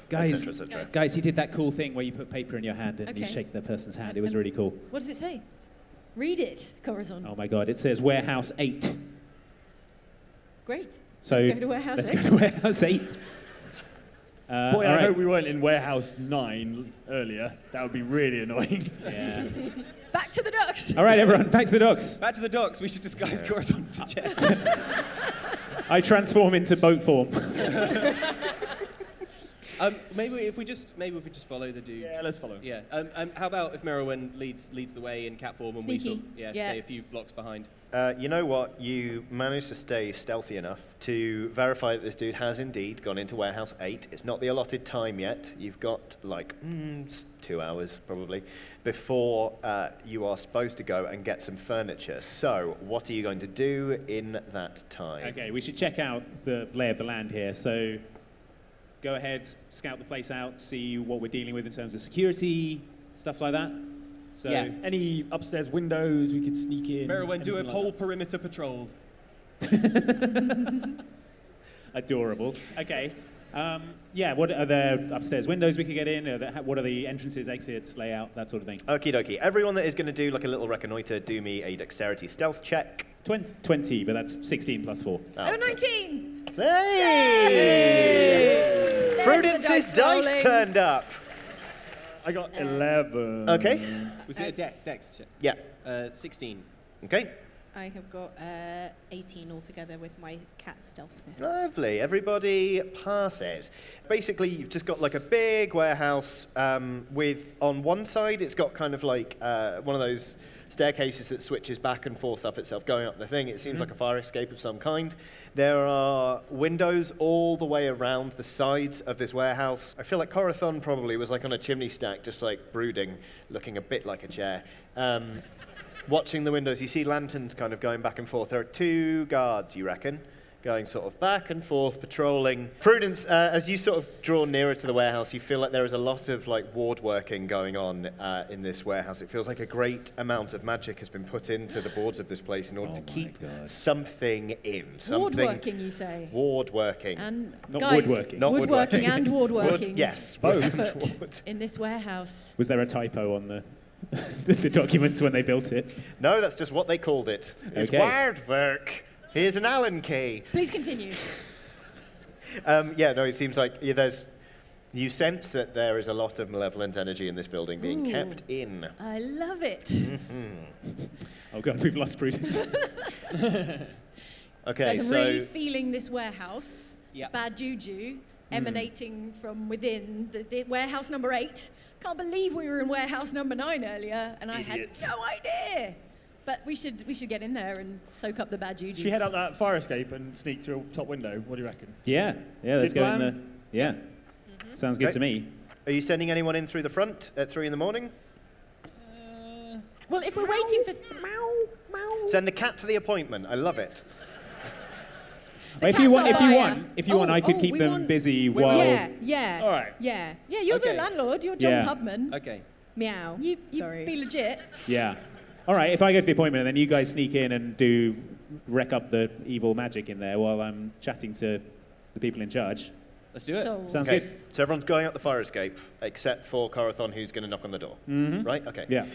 Guys,
etc., etc.
guys, he did that cool thing where you put paper in your hand and you
Okay.
shake the person's hand. It was really cool.
What does it say? Read it, Corazon.
Oh my god, it says warehouse eight.
Great.
So
Let's go to warehouse
let's
eight.
go to warehouse eight. Uh,
Boy,
all
I
right.
hope we weren't in warehouse nine earlier. That would be really annoying.
Yeah.
Back to the ducks.
All right, everyone, back to the docks.
Back to the docks. We should disguise Corazon's chair.
I transform into boat form.
Um, maybe if we just maybe if we just follow the dude. Yeah,
let's follow.
Yeah. Um, um, how about if Merowyn leads leads the way in cat form and we sort
Sneaky.
of, yeah,
Yeah.
stay a few blocks behind.
Uh, you know what? You managed to stay stealthy enough to verify that this dude has indeed gone into warehouse eight. It's not the allotted time yet. You've got like mm, s- two hours probably before uh, you are supposed to go and get some furniture. So, what are you going to do in that time?
Okay, we should check out the lay of the land here. So go ahead, scout the place out, see what we're dealing with in terms of security, stuff like that. So
yeah, any upstairs windows we could sneak in.
Merowyn, do a
anything like
whole perimeter patrol.
adorable. Okay. Um, yeah, what are there upstairs windows we could get in? Are there, what are the entrances, exits, layout, that sort of thing?
Okie dokie. Everyone that is going to do like a little reconnoiter, do me a dexterity stealth check.
20, 20 but that's 16 plus 4.
Oh, 19!
Hey!
There's the
Prudence's dice,
rolling.
turned up.
I got
Uh,
11.
Okay.
Was
Uh,
it a deck, dex check?
Yeah.
Uh, 16.
Okay.
I have got uh, 18 altogether with my cat stealthness.
Lovely. Everybody passes. Basically, you've just got like a big warehouse um, with, on one side, it's got kind of like uh, one of those staircases that switches back and forth up itself, going up the thing. It seems like a fire escape of some kind. There are windows all the way around the sides of this warehouse. I feel like Corathon probably was like on a chimney stack, just like brooding, looking a bit like a chair. Um, watching the windows, you see lanterns kind of going back and forth. There are two guards, you reckon, going sort of back and forth, patrolling. Prudence, uh, as you sort of draw nearer to the warehouse, you feel like there is a lot of like ward working going on uh, in this warehouse. It feels like a great amount of magic has been put into the boards of this place in order
Oh
to keep something in. Something
Woodworking, you say?
Ward working.
And
Not
guys,
woodworking. Not
woodworking,
woodworking.
and
Wood-
woodworking.
yes,
Put
both.
effort in this warehouse.
Was there a typo on the, the documents when they built it?
No, that's just what they called it. It's
Okay.
ward work. Here's an Allen key.
Please continue.
Um, yeah, no, it seems like yeah, there's. You sense that there is a lot of malevolent energy in this building being
Ooh.
kept in.
I love it.
Mhm.
Oh god, we've lost Prudence.
okay,
Guys, I'm
so
really feeling this warehouse,
Yeah.
bad juju, emanating from within the, the warehouse number eight. Can't believe we were in warehouse number nine earlier, and
Idiots.
I had no idea. But we should we should get in there and soak up the bad juju.
Should we head up that fire escape and sneak through a top window? What do you reckon?
yeah, yeah, let's
Good
go in
plan.
the. Yeah.
Mm-hmm.
Sounds good
Okay.
to me.
are you sending anyone in through the front at three in the morning?
Well, if we're waiting for th- meow meow.
Send the cat to the appointment. I love it.
Well, if you
cats
want,
are
if you
liar.
want, if you want,
Oh,
I could
oh,
keep
we
them
want-
busy
we
while.
Yeah, yeah.
All right.
Yeah.
Yeah, you're
Okay.
the landlord. You're John
Yeah.
Pubman.
Okay.
Meow.
You, you
Sorry.
be legit.
Yeah. All right. If I go to the appointment and then you guys sneak in and do wreck up the evil magic in there while I'm chatting to the people in charge.
Let's do it.
So-
Sounds
Okay,
good.
So everyone's going out the fire escape except for Corathon, who's going to knock on the door.
Mhm.
Right? Okay.
Yeah.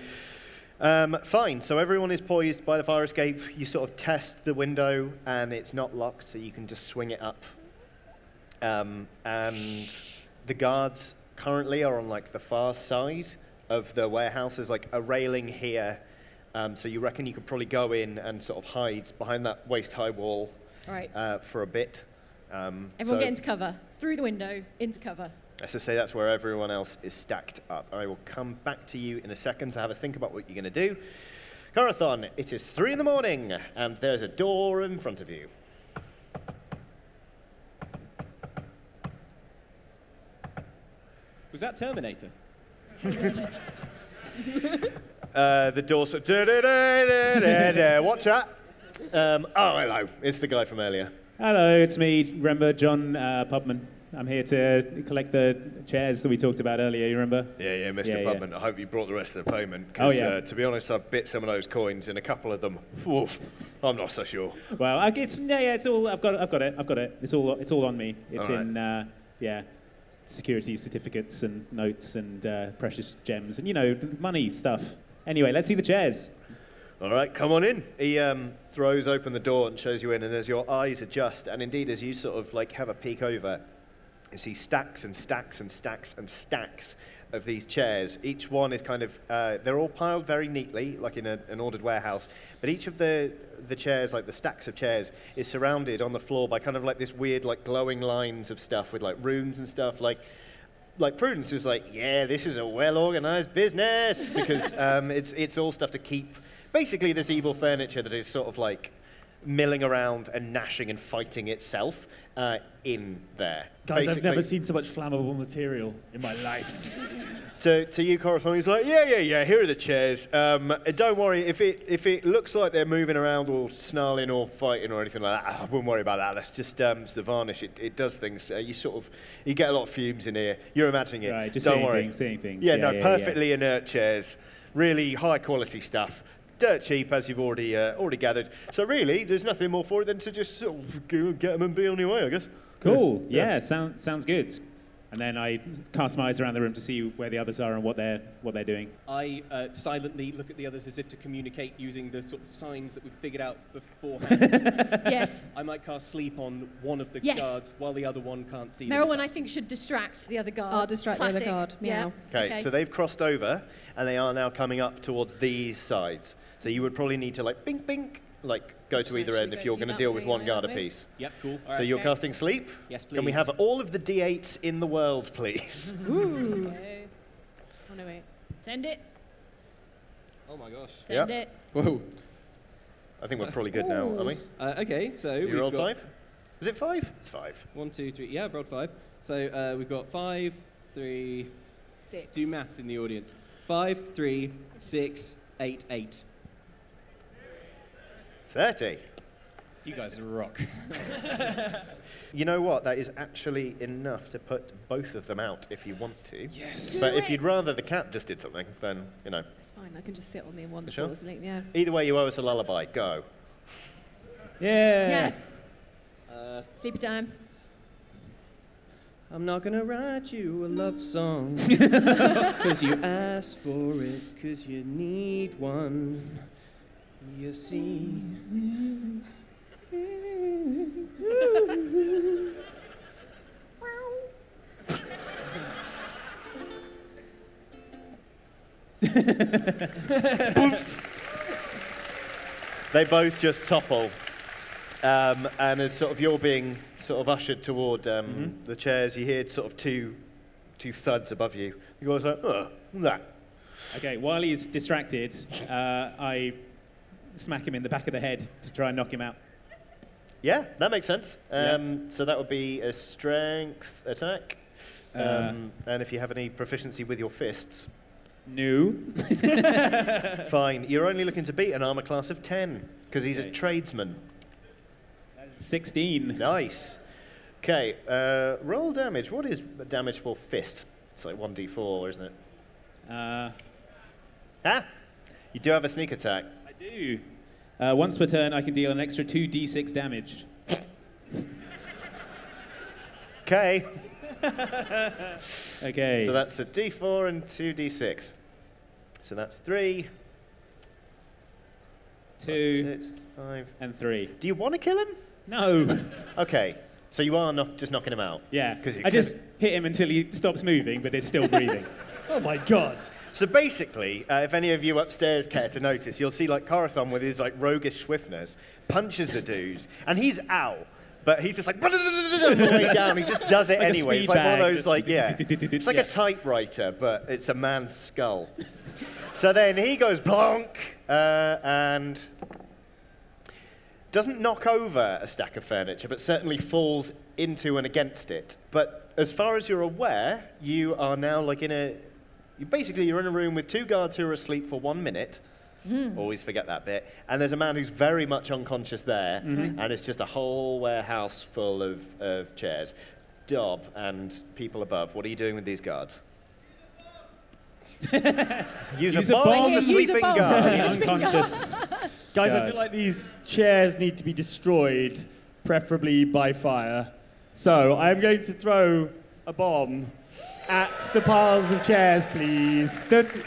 Um, fine. So everyone is poised by the fire escape. You sort of test the window, and it's not locked, so you can just swing it up. Um, and the guards currently are on like the far side of the warehouse. There's like a railing here, um, so you reckon you could probably go in and sort of hide behind that waist-high wall
All right.
uh, for a bit. Um,
Everyone
so-
get into cover. Through the window, into cover.
as I say, that's where everyone else is stacked up. I will come back to you in a second to have a think about what you're going to do. Corathon, it is three in the morning, and there's a door in front of you.
Was that Terminator?
Uh, the door sort of. Watch that. Um, oh, hello. It's the guy from earlier.
Hello, it's me, remember John uh, Pubman. I'm here to collect the chairs that we talked about earlier. You remember?
Yeah, yeah, Mr.
Yeah, yeah.
Pubman. I hope you brought the rest of the payment.
Oh, yeah.
uh, to be honest, I've bit some of those coins, and a couple of them, oof, I'm not so sure.
Well, I, it's yeah, yeah, it's all I've got. I've got it. I've got it. It's all it's all on me. It's
All right.
in uh, yeah, security certificates and notes and uh, precious gems and you know money stuff. Anyway, let's see the chairs.
All right, come on in. He um, throws open the door and shows you in, and as your eyes adjust, and indeed as you sort of like have a peek over, you see stacks and stacks and stacks and stacks of these chairs. Each one is kind of, uh, they're all piled very neatly, like in a, an ordered warehouse, but each of the, the chairs, like the stacks of chairs, is surrounded on the floor by kind of like this weird, like glowing lines of stuff with like runes and stuff, like like Prudence is like, yeah, this is a well-organized business because um, it's it's all stuff to keep. Basically, this evil furniture that is sort of like milling around and gnashing and fighting itself uh, in there.
Guys, I've
Basically-
never seen so much flammable material in my life.
to, to you, Corazon, he's like, yeah, yeah, yeah, here are the chairs. Um, uh, don't worry, if it, if it looks like they're moving around or snarling or fighting or anything like that, I wouldn't worry about that. That's just um, it's the varnish. It, it does things. Uh, you sort of, you get a lot of fumes in here. You're imagining it.
Right, just
don't
seeing
worry.
things, seeing things.
Yeah,
Yeah,
no,
yeah, yeah.
perfectly inert chairs. Really high quality stuff. Dirt cheap, as you've already uh, already gathered. So really, there's nothing more for it than to just sort of go get them and be on your way, I guess.
Cool. Yeah, sound, sounds good. And then I cast my eyes around the room to see where the others are and what they're what they're doing.
I uh, silently look at the others as if to communicate using the sort of signs that we've figured out beforehand.
Yes.
I might cast sleep on one of the
Yes.
guards while the other one can't see. them.
Merylwen, I think, should distract the other guard.
I'll distract the other
Classic.
guard.
Yeah.
Meow.
Okay, so they've crossed over and they are now coming up towards these sides. So you would probably need to like bink bink, like go to either end if you're going to deal with one guard apiece.
Yep, cool. All
So
right.
you're
Okay.
casting sleep.
Yes,
Can we
please.
have all of the d8s in the world, please?
Ooh. oh, no, wait. Send it.
Oh my gosh.
Yep.
Send it.
Whoa.
I think we're probably good now, are we?
Uh, okay, so
You
we've
rolled
got
five? Is it five? It's five.
One, two, three. Yeah, I've rolled five. So uh, we've got five, three.
Six.
Do maths in the audience. Five, three, six, eight, eight.
Thirty.
You guys rock.
You know what? That is actually enough to put both of them out if you want to. Yes. But if you'd rather the cat just did something, then you know.
It's fine. I can just sit on the one
You
that
sure?
falls asleep. Yeah.
Either way, you owe us a lullaby. Go.
Yeah.
Yes.
Uh,
Sleepy time.
I'm not gonna write you a love song. Cause you asked for it, cause you need one. You see.
They both just topple. Um, and as sort of you're being sort of ushered toward um, the chairs, you hear sort of two, two thuds above you. You guys like, oh, that.
Okay, while he's distracted, uh, I smack him in the back of the head to try and knock him out.
Yeah, that makes sense. Um, So that would be a strength attack. Um,
Uh.
and if you have any proficiency with your fists,
No.
fine. You're only looking to beat an armor class of 10 because he's a tradesman.
16.
Nice. Okay, uh, roll damage. What is damage for fist? It's like 1d4, isn't it?
Uh,
ah, you do have a sneak attack.
I do. Uh, once per turn, I can deal an extra 2d6 damage.
Okay.
Okay.
So that's a d4 and 2d6. So that's 3.
Two.
plus six, 5.
And 3.
Do you want to kill him?
No.
okay. So you are not just knocking him out.
Yeah.
'Cause you
I just hit him until he stops moving, but is still breathing.
Oh my god. So basically, uh, if any of you upstairs care to notice, you'll see like Corathon with his like roguish swiftness punches the dude, and he's ow, but he's just like all the way down. He just does it
Like a
anyway. It's
speed
like one of
bag.
those like yeah, it's like a typewriter, but it's a man's skull. so then he goes blonk uh, and doesn't knock over a stack of furniture, but certainly falls into and against it. But as far as you're aware, you are now like in a. You basically, you're in a room with two guards who are asleep for one minute. Always forget that bit. And there's a man who's very much unconscious there,
Mhm.
and it's just a whole warehouse full of, of chairs. Dob and people above, what are you doing with these guards? Use,
Use
a
a
bomb,
bomb.
on the
Yeah, use a
sleeping
bomb.
guards.
Yes.
Oh
Unconscious. Guys, I
Guys.
feel like these chairs need to be destroyed, preferably by fire. So I'm going to throw a bomb at the piles of chairs, please.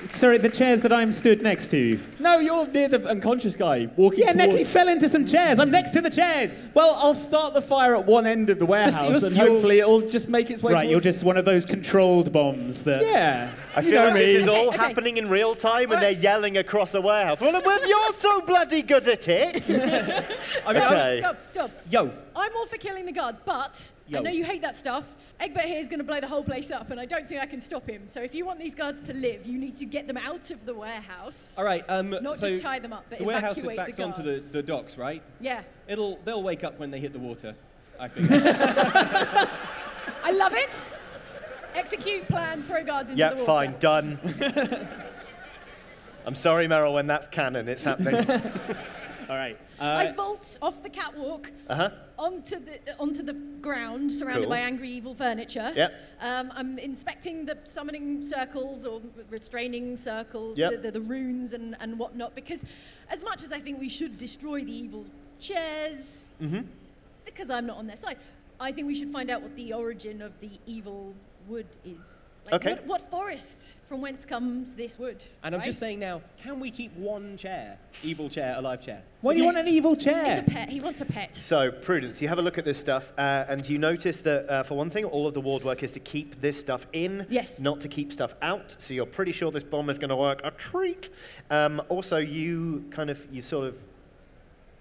sorry, the chairs that I'm stood next to.
No, you're near the unconscious guy walking.
Yeah, Nick,
towards...
he fell into some chairs. I'm next to the chairs.
Well, I'll start the fire at one end of the warehouse,
was-
and
you're-
hopefully it'll just make its way.
Right, you're
towards-
just one of those controlled bombs that.
Yeah.
I
You
feel
know
like this
me.
is all happening in real time, and they're yelling across a warehouse. Well, well, you're so bloody good at it.
I mean,
okay.
Dub, dub.
Yo,
I'm all for killing the guards, but
Yo.
I know you hate that stuff. Egbert here is going to blow the whole place up, and I don't think I can stop him. So if you want these guards to live, you need to get them out of the warehouse.
All right. Um,
Not
so
just tie them up, but
the warehouse
evacuate
backs
the guards.
onto the, the docks, right?
Yeah.
It'll they'll wake up when they hit the water. I think.
I love it. Execute plan, throw guards into
Yep,
the water.
fine, done. I'm sorry, Meryl, when that's canon, it's happening.
All right.
I vault off the catwalk
Uh huh.
onto the onto the ground, surrounded
Cool.
by angry evil furniture.
Yep.
Um, I'm inspecting the summoning circles or restraining circles,
Yep.
the, the, the runes and, and whatnot, because as much as I think we should destroy the evil chairs,
Mm-hmm.
because I'm not on their side, I think we should find out what the origin of the evil wood is. Like
Okay.
what, what forest from whence comes this wood?
and I'm
right?
just saying now, can we keep one chair, evil chair, alive chair?
Why do you want an evil chair?
It's a pet. He wants a pet.
So, Prudence, you have a look at this stuff, uh, and you notice that, uh, for one thing, all of the ward work is to keep this stuff in,
Yes.
not to keep stuff out. So you're pretty sure this bomb is going to work a treat. Um, also, you kind of, you sort of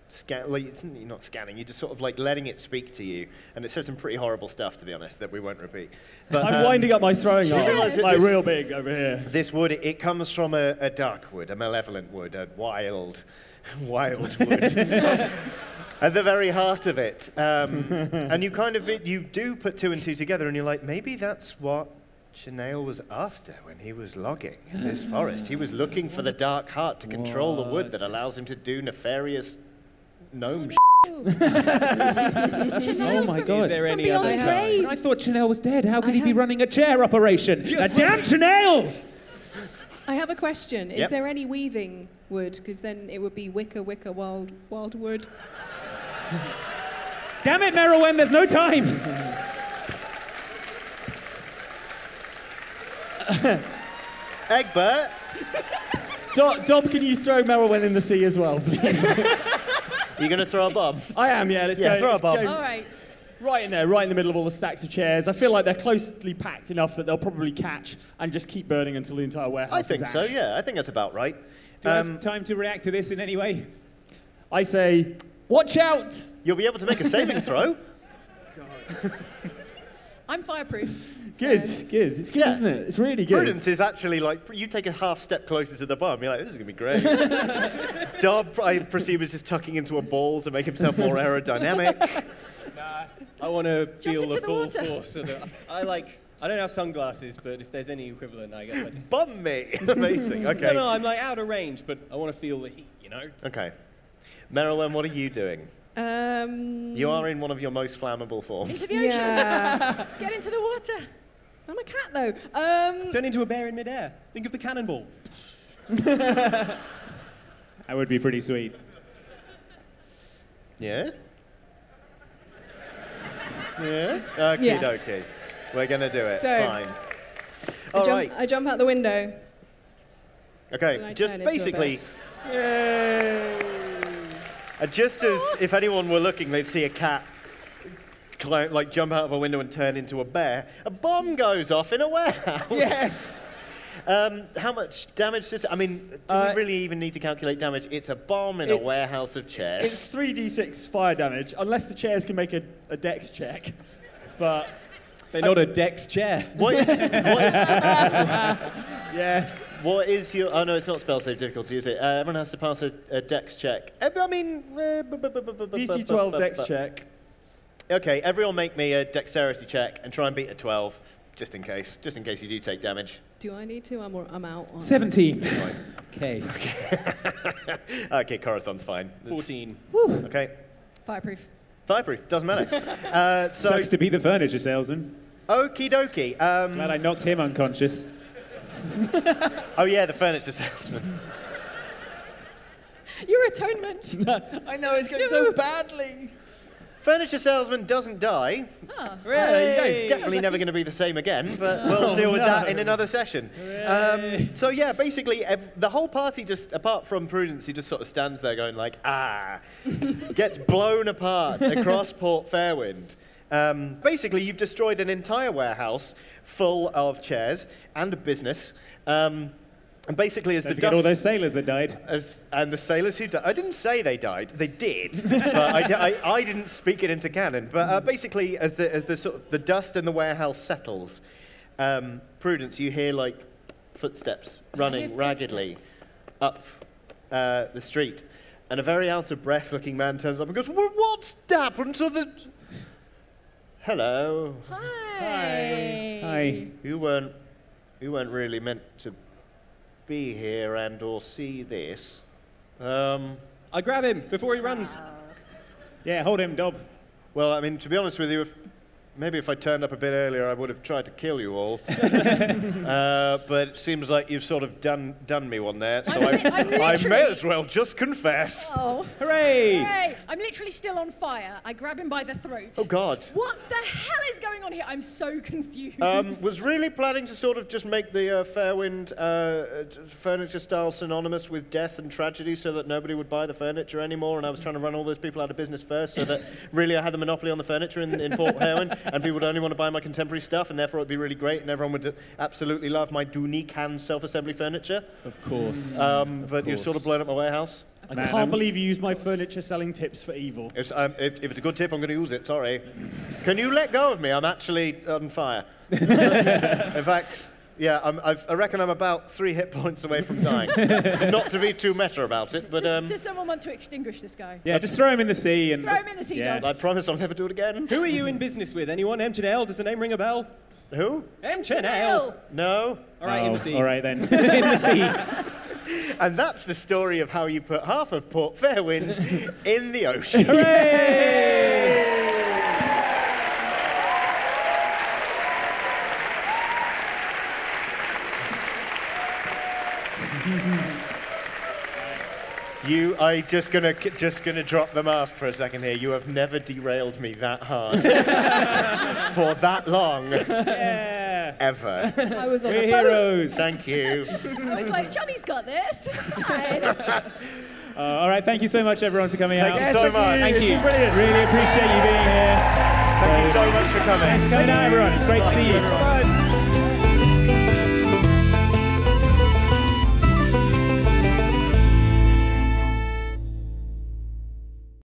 scan, like, it's n- you're not scanning, you're just sort of like letting it speak to you. And it says some pretty horrible stuff, to be honest, that we won't repeat.
I'm
um,
winding up my throwing
you
arm,
realise that
like
this-
real big over here.
This wood, it comes from a, a dark wood, a malevolent wood, a wild, wild wood. At the very heart of it, um, and you kind of you do put two and two together, and you're like, maybe that's what Chanel was after when he was logging in this forest. He was looking for the dark heart to control the wood that
What?
allows him to do nefarious gnome. shit.
oh my god.
Is there any other
I,
kind?
I thought Chanel was dead. How could he be running a chair operation? Now, damn Chanel!
I have a question. Is
Yep.
there any weaving wood? Because then it would be wicker, wicker, wild, wild wood.
Damn it, Merowen, there's no time!
Egbert.
Dob, Dob, can you throw Merylwen in the sea as well, please?
You're going to throw a bomb?
I am, yeah. Let's
Yeah,
go.
throw a
let's
bomb.
go
All right.
Right in there, right in the middle of all the stacks of chairs. I feel like they're closely packed enough that they'll probably catch and just keep burning until the entire warehouse
I
is
think
ash.
so. Yeah, I think that's about right.
Do I have time to react to this in any way?
Um, I say, watch out!
You'll be able to make a saving throw.
I'm fireproof.
Good, good. It's good,
Yeah.
isn't it? It's really good.
Prudence is actually like you take a half step closer to the bomb. You're like, this is gonna be great. Dob, I presume, is just tucking into a ball to make himself more aerodynamic.
I want to feel
into
the
the
full
water.
force of it. I like. I don't have sunglasses, but if there's any equivalent, I guess I just.
Bomb me! Amazing. Okay.
No, no, I'm like out of range, but I want to feel the heat, you know.
Okay. Marilyn, what are you doing?
Um,
You are in one of your most flammable forms.
Into the ocean.
Yeah.
Get into the water.
I'm a cat though. Um,
Turn into a bear in midair. Think of the cannonball.
That would be pretty sweet.
Yeah. Yeah. Okie
Yeah.
dokie. We're gonna do it.
So-
Fine.
I,
All
jump,
right.
I jump out the window. and
Okay.
I
Just
turn into a
basically.
Yay!
And Uh, just as if anyone were looking, they'd see a cat climb, like jump out of a window and turn into a bear. A bomb goes off in a warehouse.
Yes!
Um, how much damage does? I mean, do
Uh,
we really even need to calculate damage? It's a bomb in a
It's-
warehouse of chairs.
It's 3d6 fire damage, unless the chairs can make a, a dex check. But,
They're not a dex chair.
What is, what,
yes.
is, what is your? Oh no, it's not spell save difficulty, is it? Uh, everyone has to pass a, a dex check. Eh, I mean, uh, bu- bu- bu- bu- bu- bu- bu-
DC 12
bu-
dex
bu-
check.
Okay, everyone make me a dexterity check and try and beat a twelve, just in case, just in case you do take damage.
Do I need to? I'm, or, I'm out. aren't I?
17. okay.
Okay, Corathon's fine. It's-
14.
Okay.
Fireproof.
Fireproof, doesn't matter. uh, so,
Sucks to be the furniture salesman.
okie dokie. Um,
Glad I knocked him unconscious.
oh, yeah, the furniture salesman.
Your atonement.
I know, it's going
so
badly.
furniture salesman doesn't die.
Really?
Definitely never going to be the same again, but
Oh,
we'll deal with that in another session. Um, so, yeah, basically, ev- the whole party, just apart from Prudence, who just sort of stands there going, like, ah, gets blown apart across Port Fairwind. Um, basically, you've destroyed an entire warehouse full of chairs and a business. Um, And basically, as
Don't
the
forget
dust,
all those sailors that died.
As, and the sailors who died. I didn't say they died. They did. but I, di- I, I didn't speak it into canon. But uh, basically, as the as the sort of the dust in the warehouse settles, um, Prudence, you hear like footsteps running raggedly up uh, the street, and a very out of breath looking man turns up and goes, well, "What's happened to the?" Hello.
Hi. Hi.
You weren't you weren't really meant to be here and or see this. Um
I grab him before he runs.
Yeah, hold him, Dob. Well, I mean, to be honest with you, if, maybe if I turned up a bit earlier, I would have tried to kill you all. uh, but it seems like you've sort of done done me one there, so I, I may as well just confess.
Oh.
Hooray!
Hooray! I'm literally still on fire. I grab him by the throat.
Oh God.
What the hell is going on here? I'm so confused.
Um, was really planning to sort of just make the uh, Fairwind uh, uh, t- furniture style synonymous with death and tragedy so that nobody would buy the furniture anymore. And I was trying to run all those people out of business first so that really I had the monopoly on the furniture in, in Fort Fairwind and people would only want to buy my contemporary stuff and therefore it would be really great and everyone would absolutely love my Dunique hand self assembly furniture.
Of course.
Um,
Of
but you've sort of blown up my warehouse.
I
um,
can't believe you used my furniture selling tips for evil.
It's, um, if, if it's a good tip, I'm going to use it. Sorry. Can you let go of me? I'm actually on fire. In fact, yeah, I'm, I've, I reckon I'm about three hit points away from dying. Not to be too meta about it, but. Um,
Does someone want to extinguish this guy?
Yeah, just throw him in the sea and.
Throw him in the sea, Yeah. dog.
I promise I'll never do it again.
Who are you in business with? Anyone? M. Chanel? Does the name ring a bell?
Who?
M. Chanel.
No.
All right,
Oh.
in the sea.
All right then.
And that's the story of how you put half of Port Fairwind in the ocean. You, I just gonna just gonna drop the mask for a second here. You have never derailed me that hard for that long, ever.
I was on
We're
a boat.
heroes. Thank you.
I was like, Johnny's got this. Fine.
Uh, all right, thank you so much, everyone, for coming
Thank
out.
you so Yes, thank much. you.
Thank you. Brilliant. Really appreciate you being here.
Thank you so much for coming.
Thanks for coming out, everyone. It's great to see you.
Bye.